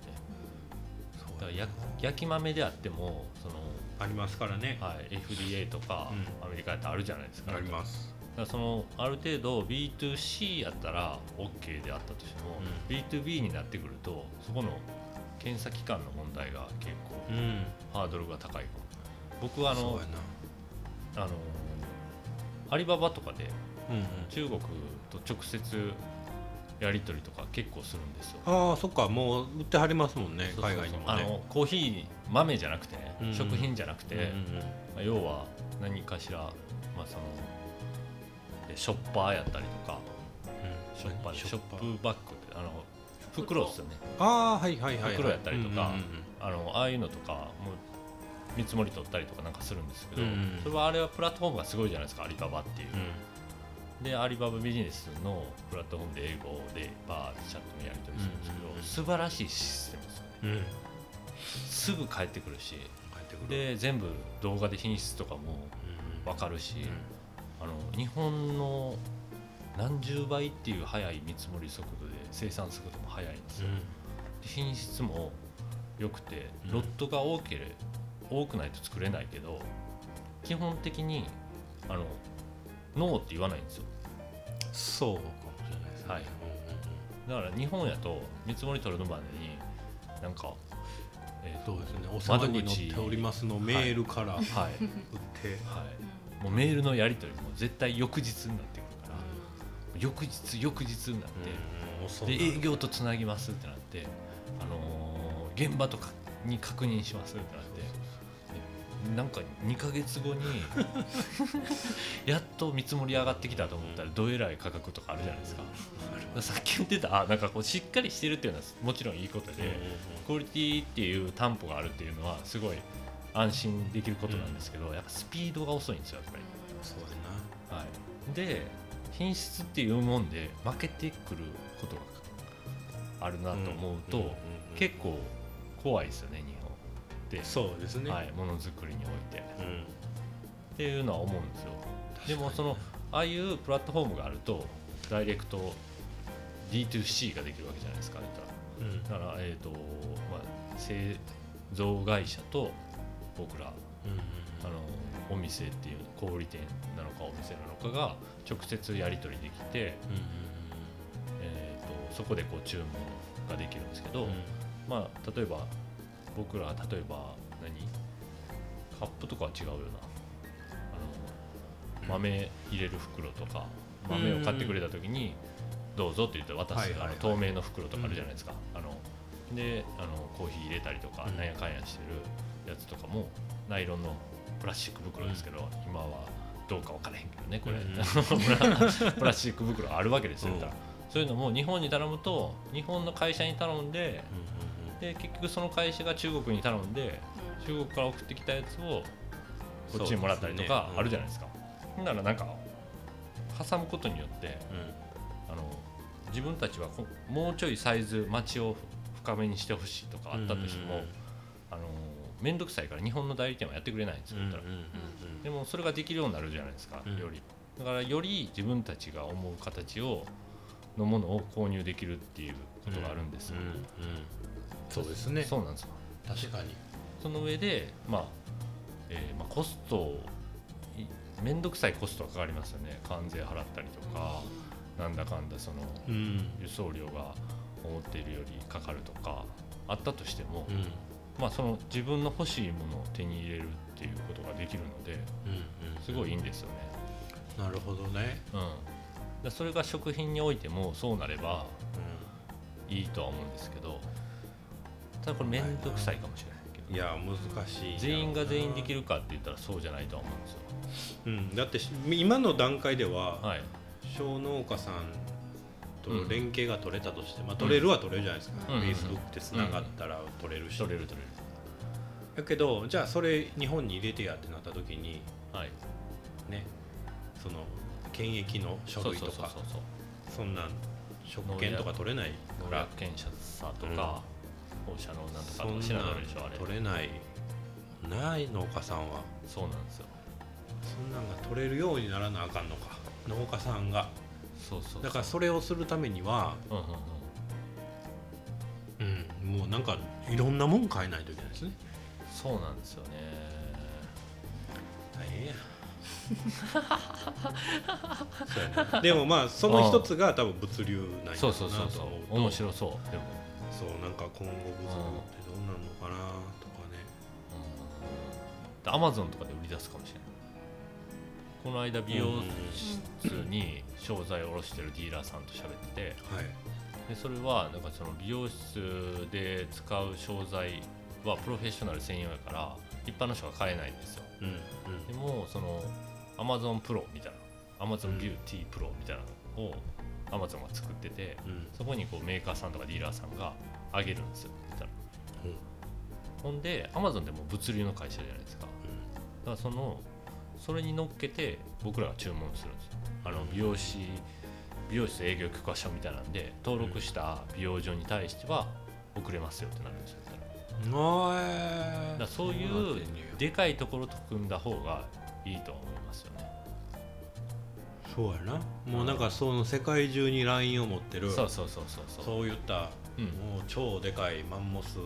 だからや焼き豆であってもその、
ありますからね
はい、FDA とか
う
アメリカってあるじゃないですか
あります
だからそのある程度 B2C やったら OK であったとしても、B2B になってくるとそこの検査機関の問題が結構
ん
ハードルが高いかも僕はあ
そう
の
やな
あのアリババとかで
うんうん
中国と直接やり取りとか結構するんですよ
ああそっかもう売ってはりますもんね
そうそうそう
海外にも
あ
ね
のコーヒー豆じゃなくてね、
うん
食品じゃなくて、
うんうんうん
まあ要は何かしら、まあ、そのえショッパーやったりとかショッパー
何
シ
ショ
ョ
ッパー
ップバッグってあの袋ですよね
ああはいはいはいはい
袋やったりとか
うん
あのああいうのとかも見積もり取ったりとかなんかするんですけど、
うん
それはあれはプラットフォームがすごいじゃないですかアリババっていう、
うんうん
でアリババビジネスのプラットフォームで英語でバーでチャットのやり取りするんですけど、
うんうんうん
素晴らしいシステムですよね
うんうん
すぐ返ってくるし
帰ってくる
で全部動画で品質とかも
うん
分かるし、
うん
あの日本の何十倍っていう速い見積もり速度で生産速度も速いんですよ、で品質も良くて
うん
ロットが多けれ多くないと作れないけど基本的にあのノーって言わないんですよ
そうかもしれないですね
はいだから日本やと見積もり取るのまでになんか、えー
そ
と
うですねお世話に乗っておりますのメールから
は
売っ
い、
て
はい、もうメールのやり取りも絶対翌日になってくるから翌日翌日になって、
うん遅
で
い
営業とつなぎますってなって、あのー現場とかに確認しますってなってなんか2ヶ月 後にやっと見積もり上がってきたと思ったらどえらい価格とかあるじゃないですかさっき言ってたあなんかこうしっかりしてるっていうのはもちろんいいことで、クオリティっていう担保があるっていうのはすごい安心できることなんですけど、やっぱスピードが遅いんですよやっぱり。
そう
う
だ
はい、で品質っていうもんで負けてくることがあるな
な
と思うと、
んんん
結構怖いですよね日本って
そうですね、
はい、ものづくりにおいてっ
うん
ていうのは思うんですよでもそのああいうプラットフォームがあるとダイレクト D2C ができるわけじゃないですか言ったら
うん
だから、えーとまあ、製造会社と僕ら
うんうん
あのお店っていう小売店なのかお店なのかが直接やり取りできて、
うん
えー、とそこでこう注文ができるんですけど、
うんうん
まあ、例えば僕ら例えば何カップとかは違うよなあの豆入れる袋とか豆を買ってくれた時に「どうぞ」って言って渡
はい
す
はい
あ
はい
の透明の袋とかあるじゃないですか。あのであのコーヒー入れたりとか
うん
なんやかんやしてるやつとかもナイロンのプラスチック袋ですけど今はどうか分からへんけどねこれ、
うん
プラスチック袋あるわけですよ、
うん
そういうのも日本に頼むと日本の会社に頼んでで結局その会社が中国に頼んで
ん
中国から送ってきたやつを
うん
こっちにもらったりと
そうです
か
ね
あるじゃないですか。ほんならなんか挟むことによって
うんうん
あの自分たちはこもうちょいサイズ待ちを深めにしてほしいとかあったとして
うん
もあの面倒くさいから日本の代理店はやってくれないんですよ。
うんうん
言ったら
うん
でもそれができるようになるじゃないですか、
うん
よりだからより自分たちが思う形をのものを購入できるっていうことがあるんですよ、
うんうんそうですね
そうなんですよ
確かに
その上で、まあえーまあ、コストをい面倒くさいコストがかかりますよね関税払ったりとか、なんだかんだその
うん
輸送量が思っているよりかかるとかあったとしても、
うんうん
まあ、その自分の欲しいものを手に入れるっていうことができるので
うん
すごいいいんですよね。
なるほどね
うん、だからそれが食品においてもそうなればいいとは思うんですけどただこれ面倒くさいかもしれないけど
いや難しい
全員が全員でき
る
るかって言ったらそうじゃないとは思うんですよ。
うんだってし今の段階では
はい
小農家さんと
うん
連携が取れたとしてまあ取れるは取れるじゃないですか
うん
Facebook ってつながったら取れるし
取れる取れ
だけどじゃあそれ日本に入れてやってなった時に
るはい
ねその検疫の書類とか
そうそうそう
そんなん食券とか取れない
そう
か
農
ら
薬検査とか、放射能なんとか
そ
と
ん
か
な
しながらでしょあれ
ん取れないない農家さんは
そうなんですよ
そんなんが取れるようにならなあかんのか農家さんが
そうそう
だからそれをするためには、
らうんうんうん
うん、もうなんかいろんなもん買えないといけないですね
そうなんですよね
大変や そうやなでもまあその一つが多分物流なんや
そ
ろ
うそうそう
な
そ
と思
う面白そうでも
そうなんか今後物流ってどうなるのかなとかね
アマゾンとかで売り出すかもしれないこの間美容室に商材を卸してるディーラーさんと喋ってて
はい
でそれはなんかその美容室で使う商材はプロフェッショナル専用やから一般の人が買えないんですよ
うん
でもその Amazon プロみたいな Amazon ビューティープロみたいなのを Amazon が作ってて
うんうん
そこにこうメーカーさんとかディーラーさんがあげるんですよみたいなほんで Amazon でもう物流の会社じゃないですかだからそのそれに乗っけて僕らが注文するんですよあの美容師美容室営業許可書みたいなんで登録した美容所に対しては遅れますよってなるんですよだか
うんおー
らそうい
なっ
う
てんねや
でかいところと組んだ方がいいとは思いますよね
そうやなもうなんかその世界中に LINE を持ってる
そうそうそうそうそう
そういった
うん
もう超でかいマンモス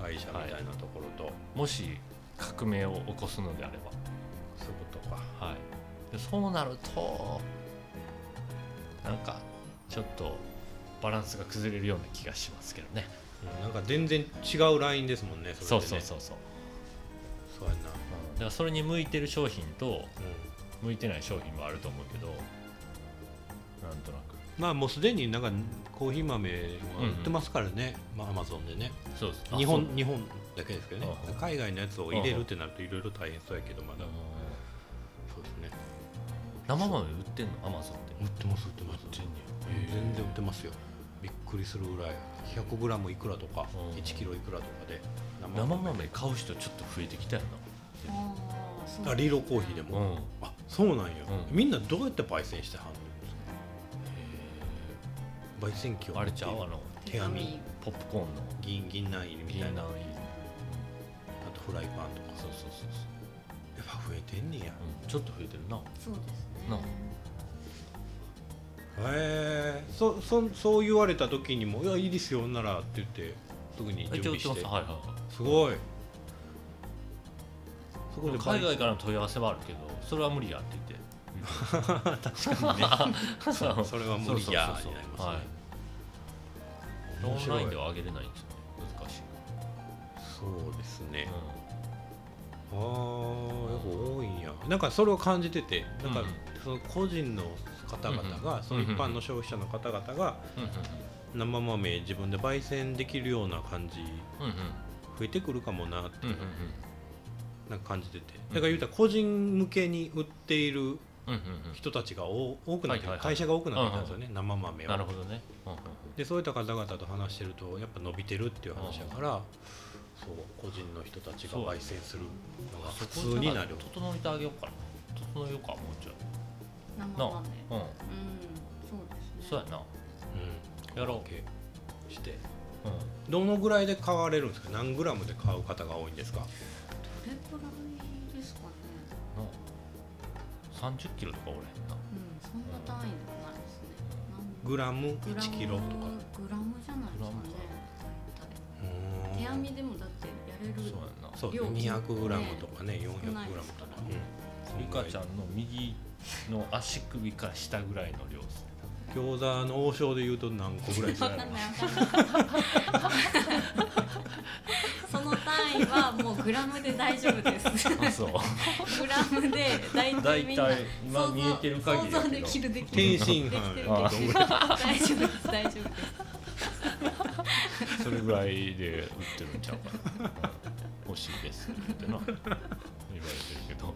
会社みたいなところと、
もし革命を起こすのであれ
そういうことか
ば、はい、でそうなるとなんかちょっとバランスが崩れるような気がしますけどね
うんなんか全然違う LINE ですもんねそ
そ
れ
う
でね
そうそうそう
そうやな、
だからそれに向いてる商品と
う
向いてない商品もあると思うけどなんとなく
まあもうすでになんかコーヒー豆は売ってますからね、まあアマゾンでね
そうです
日本日本だけですけどね
あそう
海外のやつを入れるってなるといろいろ大変そうやけどま
あ
だ
の
そうですね
生豆売ってんのアマゾンで
売ってます売ってます
んね
全然売ってますよびっくりするぐらい 100g いくらとか
うん
1kg いくらとかで
生豆買う人ちょっと増えてきたよ
あーそう
あリーロコーヒーで
なう
も
ん
あそうなんや
うん
みんなどうやって焙煎してはんの焙煎機を持
あ
って
れちゃうあの
手紙
ポップコーンの
銀銀軟入りみ
ビ
た
ー
い
ナ
な
ー
あ
いい
とフライパンとか
そうそうそうそ
やっぱ増えてんねや
う、うん、ちょっと増えてるな
そうですね
な
へえそそそう言われた時にも「いやいいですよほんなら」って言って特に
一
準
応売っ
備
て
し
ます
て
はいはいはい
すごいそこで
海外
か
からの問い合わせはあるけどそれは無理やって言って確かにね
それは無理やになりますね面
オン
白
ラ
い
インでは上げれないんですよね難しい、
そうですね
うん、
ああやっぱ多いんやなんかそれを感じててなんか
うん
その個人の方々
うんう
が
ん
その一般の消費者の方々が
う
生豆自分で焙煎できるような感じ
んうんうん
増えてくるかもなって
うんうん
なんか感じててだから言うたら個人向けに売っている
うんうんうん
人たちがお多くなってき
はいはいは
た
い
会社が多くなってきたんですよね生豆
うんなる
を
ほどね、うんうん
でそういった方々と話してるとやっぱ伸びてるっていう話だからそう個人の人たちが
そう
焙煎するのが普
そこ
通になる
じゃあ整えてあげようかな整えようかもうちょいな
生豆
うん
うんそうですね
そうやな
うん
やろ
オッケーして
う、うん、
どのぐらいで買われるんですか何グラムで買う方が多いんですか
どれくらいですかね
3 0キロとかおらへんな
うんそんな単位ではないですねなん
グラム
グラム
1キロとか
グラムじゃないですかね
うーん
大体手編みでもだってやれる
そうやな
そう
量
200グラムとかね400
少
グラ
ない
ム
です
と
か
からうん
ゆかちゃんの右の足首から下ぐらいの量ですね
餃子の王将で言うと何個ぐらいです
わ
か
かんないわ かんないその単位はもうグラムで大丈夫です
あそう
グラムで大体みんな
大体今
想像
見えてる限りだけ
想像
ど
できるでき
天
る
津飯
できてる
あ
できてる大丈夫です大丈夫です
それぐらいで売ってるんちゃうかな、うん欲しいですってな言われてるけど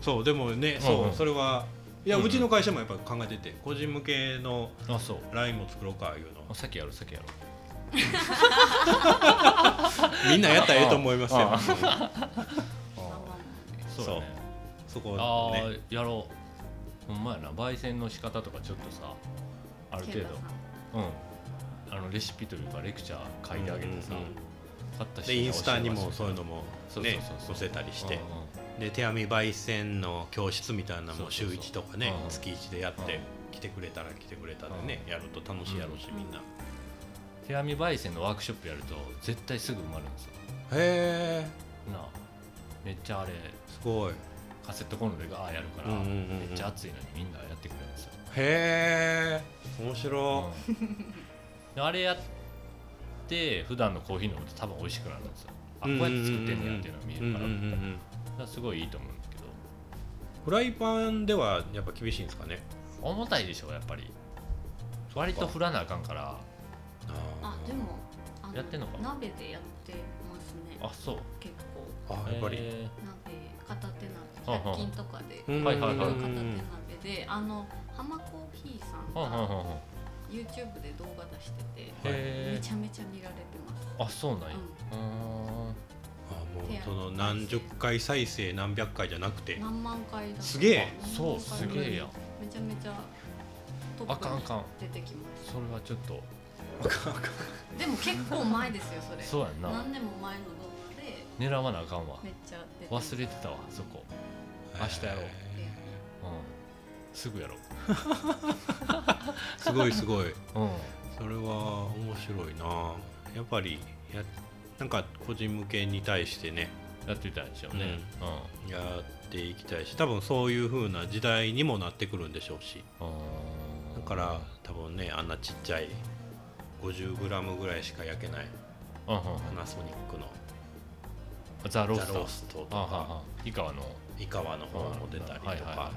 そうでもね、
うん
そううんそれはいや、
う
うん
うん
ちの会社もやっぱ考えてて個人向けの
あそう
ラインも作ろうかいうの
あ先やる先やる
みんなやったらええと思いますよ
あ
生
そうやね
そこ
あ
を
あ、
ね
やろうほんまやな焙煎の仕方とかちょっとさある
豆
程
ケイ
度
タさん
うんあのレシピというかレクチャー書いてあげてさ、
うんうんうん
買った人
で
に教え
イ
ま
ン
す
スタにもそういうのも
そうそう
ね
そうそう
載せたりして
うんうん
で手編み焙煎の教室みたいなのも週
そうそうそう
1とかね
うん
月1でやって
うん
来てくれたら来てくれたでねやると楽しいやろうし
うん
みんなへ
手編み焙煎のワークショップやると絶対すぐ埋まるんですよ
え
なあめっちゃあれ
すごい
カセットコンロでガーやるから、
うんうんうんうん
めっちゃ熱いのにみんなやってくれるんですよ、
へえ面
う
白
んであれやって普段のコーヒー飲むと多分美味しくなるんですよあ
い
こうやって作ってんねやっていうのが見える
うん
か
うん
ら,、
うんうん
すごいいいと思うんですけど
フライパンではやっぱ厳しいんですかね
重たいでしょやっぱり割と振らなあかんから
あでもあの
やってんのか
鍋でやってますね
あそう
結構
あやっぱり、
え
鍋片手
はあ
鍋
はあ
100均とかで
うん
はいはいはい
片手鍋であの浜コーヒーさん
ーはんはん
が
はんはん
YouTube で動画出しててめ
へ
ちゃめちゃ見られてます
ーあそうなんやうーん
あもうその何十回再生何百回じゃなくて
何万回だった
すげえ
何万回
そうすげえやん
めちゃめちゃト
あかんあか
ッ
ん
プに出てきます
それはちょっと
でも結構前ですよそれ
そうやんな
何年も前の動画で
狙わなあかんわ
めっちゃ出てます
忘れてたわそこ明日やろううんすぐやろ
すごいすごいう
うん
それは面白いなやっぱりやなんか個人向けに対してね
やってたんでしょうね
やっていきたいし多分そういう風な時代にもなってくるんでしょうし
うん
だから多分ねあんなちっちゃい 50g ぐらいしか焼けない
うんうんうん
パナソニックの
ザ・ロー
ザ・
ス
ロ
ト
ーストと
あはん
か
はん以下はの
イカワの方も出たりと
はいはい
か
は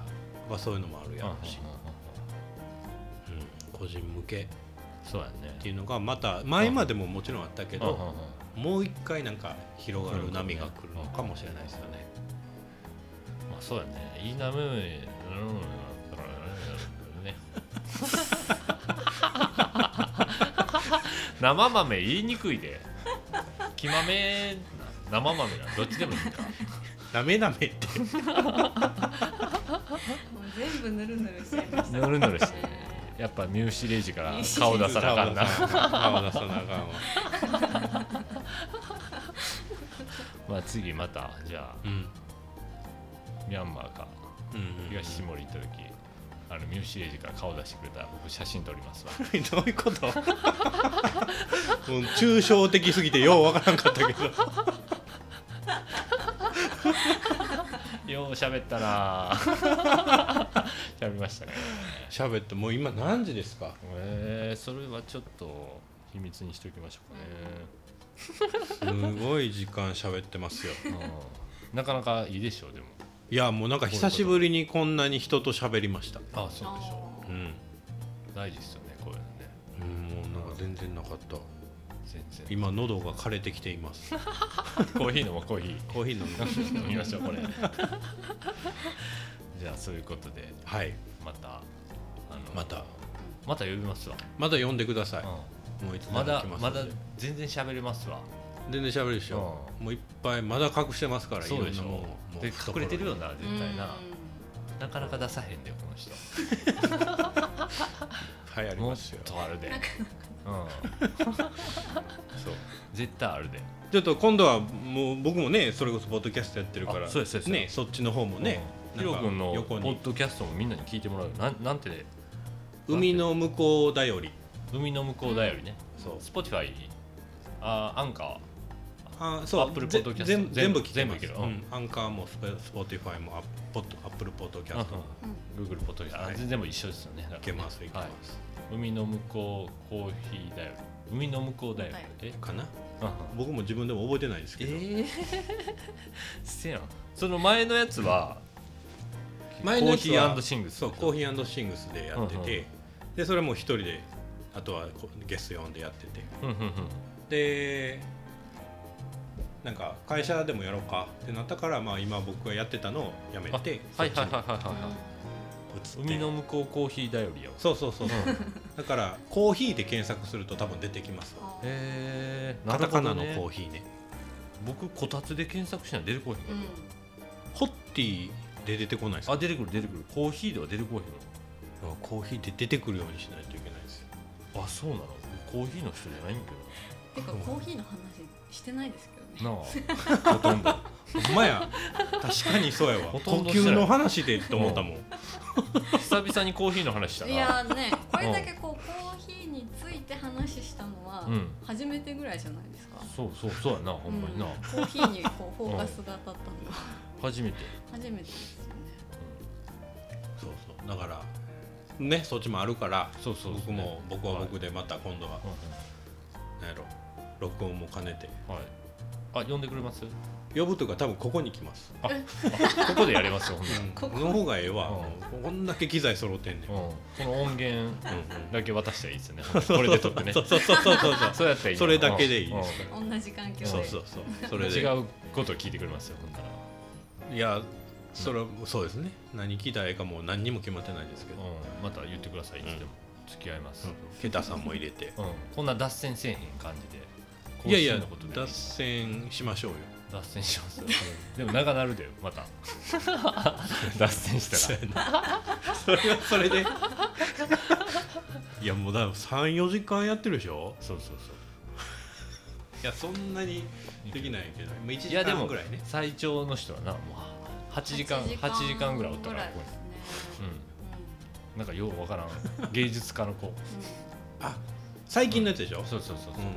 まあそういうのもある
い
やろうし
うんうんうんうん
うん個人向けっ
そうや
て
ね
いうのがまた前までももちろんあったけ
うんう
ど
んうん
もう一回なんか広がる波が来るのかもしれないですよね。
まあそうやねいいなめめね生豆言いにくいで木豆な生豆などっちでもいいか
ダメダメって
もう全部ぬるぬるしちゃいました
ぬるぬるしてやっぱミューシレジから顔出さなあかんな
顔出さなあかんわ。
まあ次またじゃ
うん
あミャンマーか
うんうん
東下り行った時あのミューシレジから顔出してくれたら僕写真撮りますわ
どういうこともう抽象的すぎてようわからんかったけど
よう喋ったな 喋りましたね
喋ってもう今何時ですか
えー、それはちょっと秘密にしておきましょう
すごい時間喋ってますよ
かね、 うんなかなかいいでしょうでも
いやもうなんか久しぶりにこんなに人と喋りました
あそうでしょ
あ
う
ー
ん、
う大事ですよねこういうのね
うん、もうなんか全然なかった
全然
今喉が枯れてきています
コーヒー飲もうコーヒー
コーヒー飲みまし
飲みましょ
ょう
うこれ じゃあそういうことで
はい
またあの
また
また呼びますわ、
また呼んでください、
う
もういつ
ん、
で
ま
も
だ
来ます
ま
ので
だ全然喋れますわ
全然喋るでしょ、もういっぱいまだ隠してますからい
そ
ろ
うんでし
な
ょ
もんもう
で隠れてるよ
懐に
な絶対な
う
なかなか出さへんでこの人
はいあり
も
ま
っ
すよ
とあるでうん
そう
絶対あるで
ちょっと今度はもう僕もねそれこそポッドキャストやってるから
あそうですそうです
ね、そっちの方もね、
ヒロ
なんか
君のポ
横に
ッドキャストもみんなに聞いてもらうよなんなんて
海の向こうだより
海の向こうだよりね
そう
Spotify あアンカ
あそう
Apple
ぜ
Podcast
全
全
部全
部
部聞けま
全部
す
いける
うんアンカーもスペスポーティファイもアッポッドアップルポッドキ
ー
ャストも
Google ポッドキャスト
は
あ
い
全然も一緒ですよねだからね
いけますいけま
はい
す、
海の向こうコーヒーだより海の向こうだよりえ
か
う
な
ん
僕も自分でも覚えてないですけ ど、
えせやんその前のやつは
前のやつ
コ
は
ーヒーシングス
そうコーヒーシングスでやってて、でそれも一人であとはこゲスト呼んでやってて
うんうんうん
でなんか会社でもやろうかってなったから、まあ、今僕がやってたのをやめ
あ
て
はいはいはい
そっ
はい
ん
は
ち
い
に移って
海の向こうコーヒーだよりやわ
そうそうそうそうだからコーヒーで検索すると多分出てきますわ
あ
へ
ー
え
カタカナのコー
ヒー
ヒーね
僕こたつで検索したら出てこへんかった
うん
ホッティで出てこないですか
あ出てくる出てくるコーヒーでは出てこ
コーヒーで出てくるようにしないといけないですよ
へんあそうなのコーヒーの人じゃないんだ
てかコーヒーの話してないですけどね
けど なあほとんど
ほんまや確かにそうやわ
ほ
呼
とんどしてない
吸の話でと思ったもん
久々にコーヒーの話したない
やーねこれだけこうコーヒーについて話したのは
うん
初めてぐらいじゃないですか、
そうそうそうやなほんまにな、
うんコーヒーにこうフォーカスが当たったのは
初めて
初めてですよね
そうそうだからねそっちもあるから
そうそう
僕も僕は僕でまた今度は
うん
何やろ録音も兼ねて
うんはいあ呼んでくれます
呼ぶとか多分ここに来ます、
ああここでやれますよほん
うん、
こ
こ
こ
の方がええわ
う
こんだけ機材揃ってんねん、うん
まうんこの音源
うん
だけ渡したらいいですねほんまこれで撮ってね
そうそうそうそうそう
そうやったらいい
それだけでいい
うん
ですか
同じ環境で
そうそうそうそれで
違うことを聞いてくれますよほんなら
いやそれはそうですね何聞いたらええかもう何にも決まってないですけど、
うんまた言ってくださいいつでも付き合います
ケタさんも入れて
うん、こんな脱線せえへん感じで
いやいや
更新のことで
脱線しましょうよ
脱線しますよでも長なるで また脱線したら
それはそれでいやもうだ34時間やってるでしょ
そうそうそ
いやそんなにできないけど1
う
時
いやで
間
も
ぐらいね
最長の人はなもう8時間8時間ぐらいおったからこ
こ
こ
ですね
にうんなんかようわからん芸術家の子
あ最近のやつでしょ、
そうそうそうそう、
うんうんうんうん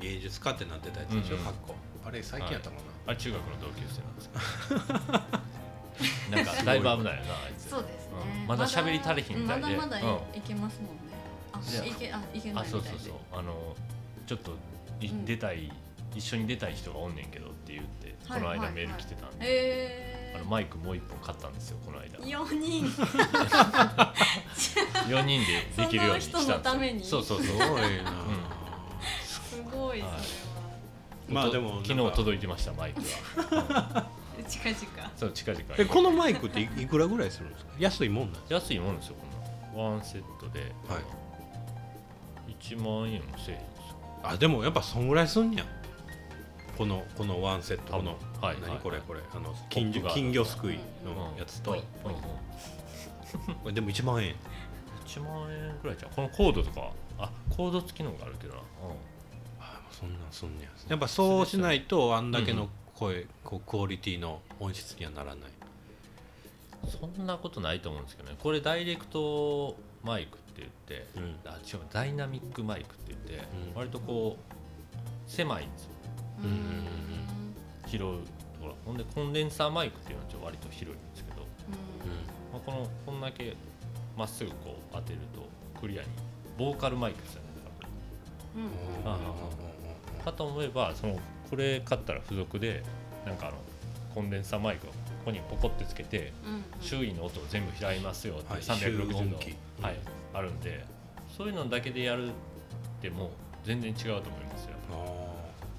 芸術家ってなってたやつでしょ、
うんうん
かっこあれ最近やったもんな、
あれ中学の同級生なんですけどなんかだいぶ危ないよなあいつ
そうですね
うんまだ喋り足りひんみたいで
うんまだまだい,、
う
けますもんねあ
じゃあ
いけあいけないみたいで
あそうそうそうあのちょっとい
うん
出たい、一緒に出たい人がおんねんけどって言って、
はい
この
はい
間
はい
メール来てたんで、
え
あのマイクもう一本買ったんですよこの間
4人
4人でできるようにしたんです
その人のために
よそうそうそう
すごいな、
すごいそれは
はい
まあでも
おと
な
昨
んか
日届いてましたマイク は
近々
そう近々
えこのマイクっていいくらぐらいするんですか安いもんなんで
安いもんですよこんなワンセットで
すか、はい、
1万円もせえへんですよ
あでもやっぱそんぐらいすんやんこのこのワンセット
多
こ
分
の、
はいはい
何これこれあの
ポッ
金
プ
魚
ガード
金魚すくいのやつと、
うんうん
うんうん
でも1万円
1万円ぐらいじゃんこのコードとかあコード付きのがあるけどな、
あそんなんすんねややっぱそうしないとあんだけの声、こうクオリティの音質にはならない
うん、そんなことないと思うんですけどねこれダイレクトマイクって言って
うん
あ違うダイナミックマイクって言って、
うん
割とこう狭いんですよ
うんうん
拾うところほんでコンデンサーマイクっていうのはちょっと割と広いんですけど、まあ、このこんだけまっすぐこう当てるとクリアにボーカルマイクですよねだから
うんうん
うん
あかと思えばそのこれ買ったら付属でなんかあのコンデンサーマイクをここにポコってつけて
うん
周囲の音を全部拾いますよって
はい
360
周
度、
音機
はい、あるんでそういうのだけでやるってもう全然違うと思いますよ
あー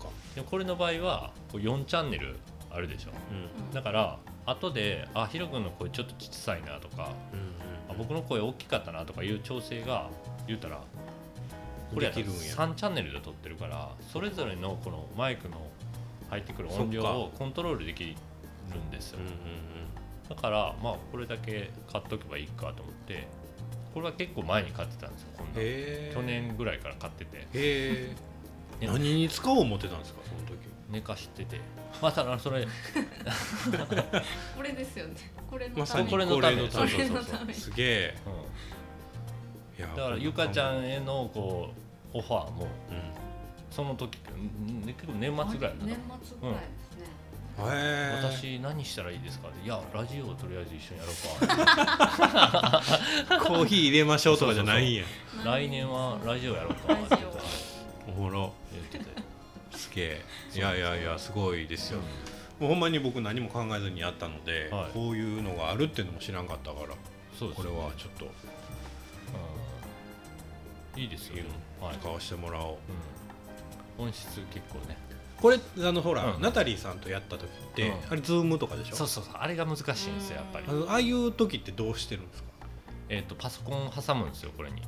そっか
でもこれの場合はこう4チャンネルあるでしょ
うん
だから後であヒロ君の声ちょっと小さいなとかあ僕の声大きかったなとかいう調整が言うたらこれや
できるんや
3チャンネルで撮ってるからそれぞれのこのマイクの入ってくる音量
そ
をコントロールできるんですよ、
うんうん
だからまあこれだけ買っとけばいいかと思ってこれは結構前に買ってたんですよこんなの
へえ
去年ぐらいから買ってて
へえ
ね
何に使おう思ってたんですかその時
寝かしててまあただそれ
これですよねこれ
ま
の
さ
た
に
め
これ
に
のため
これのた
そ
め
うそうそう
これのため
すげえ
う
いや
んだからゆかちゃんへのこうオファーも
うん
その時うん結構年末ぐらいだな
年末ぐらいですね
へえ
私何したらいいですかっていやラジオをとりあえず一緒にやろうか
コーヒー入れましょうとかじゃないんや
来年はラジオやろうか
ラ
って
ジ
言
オ
おもろ
ってて
すげえいやいやいやすごいですよ、
うん
もうほんまに僕何も考えずにやったので、
はい
こういうのがあるっていうのも知らんかったから
そうです
これはちょっと
うんいいですよねはい
使わせてもらおう、
うん音質結構ね
これあのほら、
うん
ナタリーさんとやった時って、
うん
あれズームとかでしょ
そうそうそうあれが難しいんですよやっぱり
あのああいう時ってどうしてるんですか
えっとパソコン挟むんですよこれに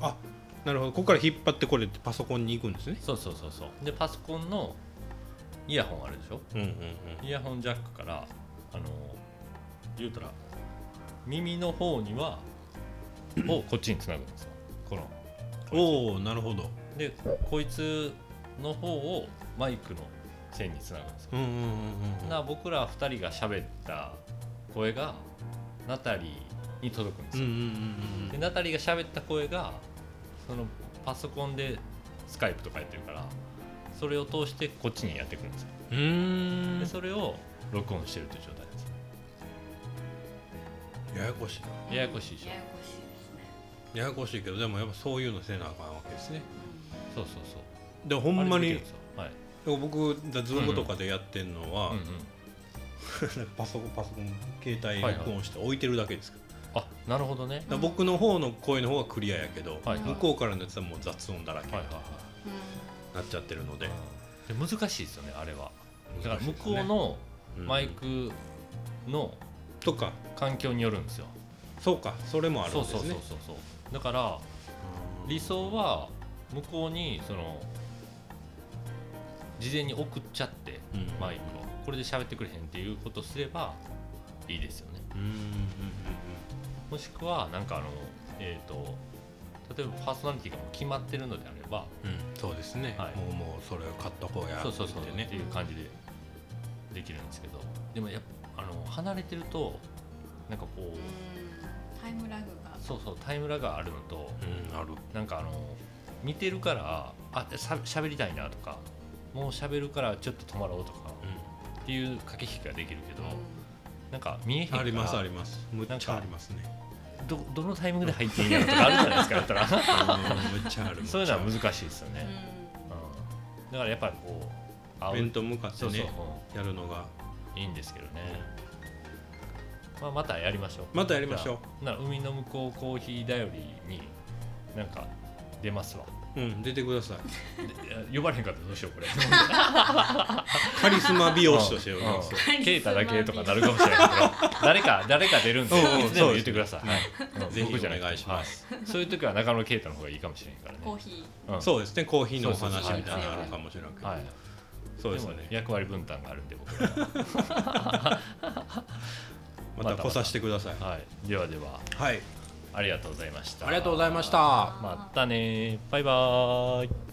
あなるほどここから引っ張ってこれってパソコンに行くんですね
そうそうそうそうでパソコンのイヤホンあるでしょ
うんうんうん
イヤホンジャックからあの言うたら耳の方に はをこっちにつなぐんですよこの
おおなるほど
でこいつの方をマイクの線につなぐんですよ
うんうんうんうん
な僕ら2人が喋った声がナタリーに届くんです
うんうん
よ、
うんう
で
ん
ナタリーが喋った声がそのパソコンでスカイプとかやってるからそれを通してこっちにやってくるんですよ
うーん
でそれを録音してるという状態です
ややこしいな
ややこしいでしょ
ややこしいですね
ややこしいけどでもやっぱそういうのせなあかんわけですね
そうそうそう
でほんま
あれできる
に
ですよはい、
僕だズームとかでやってんのは、
うんうん、
パソコンパソコン携帯
はいはい
録音して置いてるだけですから,、
あなるほどね
うん
僕の方の声の方がクリアやけど、
はいはい
向こうからのやつはもう雑音だらけに
はいはい
な
は
う
っちゃってるので,、
いで難しいですよねあれはだから向こう
難しいですね
の
うん
マイクの
とか
環境によるんですよ、
そうかそれもあるん
そう
です
そ
ね
うそうそうそうだから
うん
理想は向こうにその事前に送っちゃって
うん
マイクをこれで喋ってくれへんっていうことすればいいですよね
うんうんうん
もしくはなんかあのえっ、と例えばパーソナリティがもう決まってるのであれば
うんうんそうですね、
はい
もうもうそれを買った方や
そうそうそう
って
っ
ね
ていう感じでできるんですけどでもやっぱあの離れてるとなんかこうん
タイムラグが
そうそうタイムラグがあるのと
うんある
なんかあの見てるからあしゃべりたいなとかもうしゃべるからちょっと止まろうとか
う
っていう駆け引きができるけど、
う
なんか見えへん
ん
から
ありますありますむっ
なん
ち
か
ゃありますね
どどのタイミングで入っていいんやろとかあるじゃないですかだったら
うんむっちゃあるむっちゃある
そういうのは難しいですよね
ん、
うんだからやっぱりこうあ
面と向かって
そうそう、
ねやるのが
ういいんですけどね、まあ、またやりましょう
またやりましょ
うなら海の向こうコーヒーだよりになんか出ます わ
ううん出てくださ
で
い
いや呼ばれへんかったらどうしようこれ
カリスマ美容師として呼びますよ
うんケイタだけとかなるかもしれないけど 誰か誰か出るんで
うんうん
いつでも言ってください、はいうん
ぜひ
僕じゃなくて
お願いします
はいそういう時は中野ケイタの方がいいかもしれんからね
コーヒ
うん
そうですねコーヒーのお
そうそう
話
そう
みたいなのあるかもしれないけど
はい
そうです
も
ね
役割分担があるんで僕ら
また来させてください
は、はい、ではでは
はい
ありがとうございました
ありがとうございました
ー
またねバイバーイ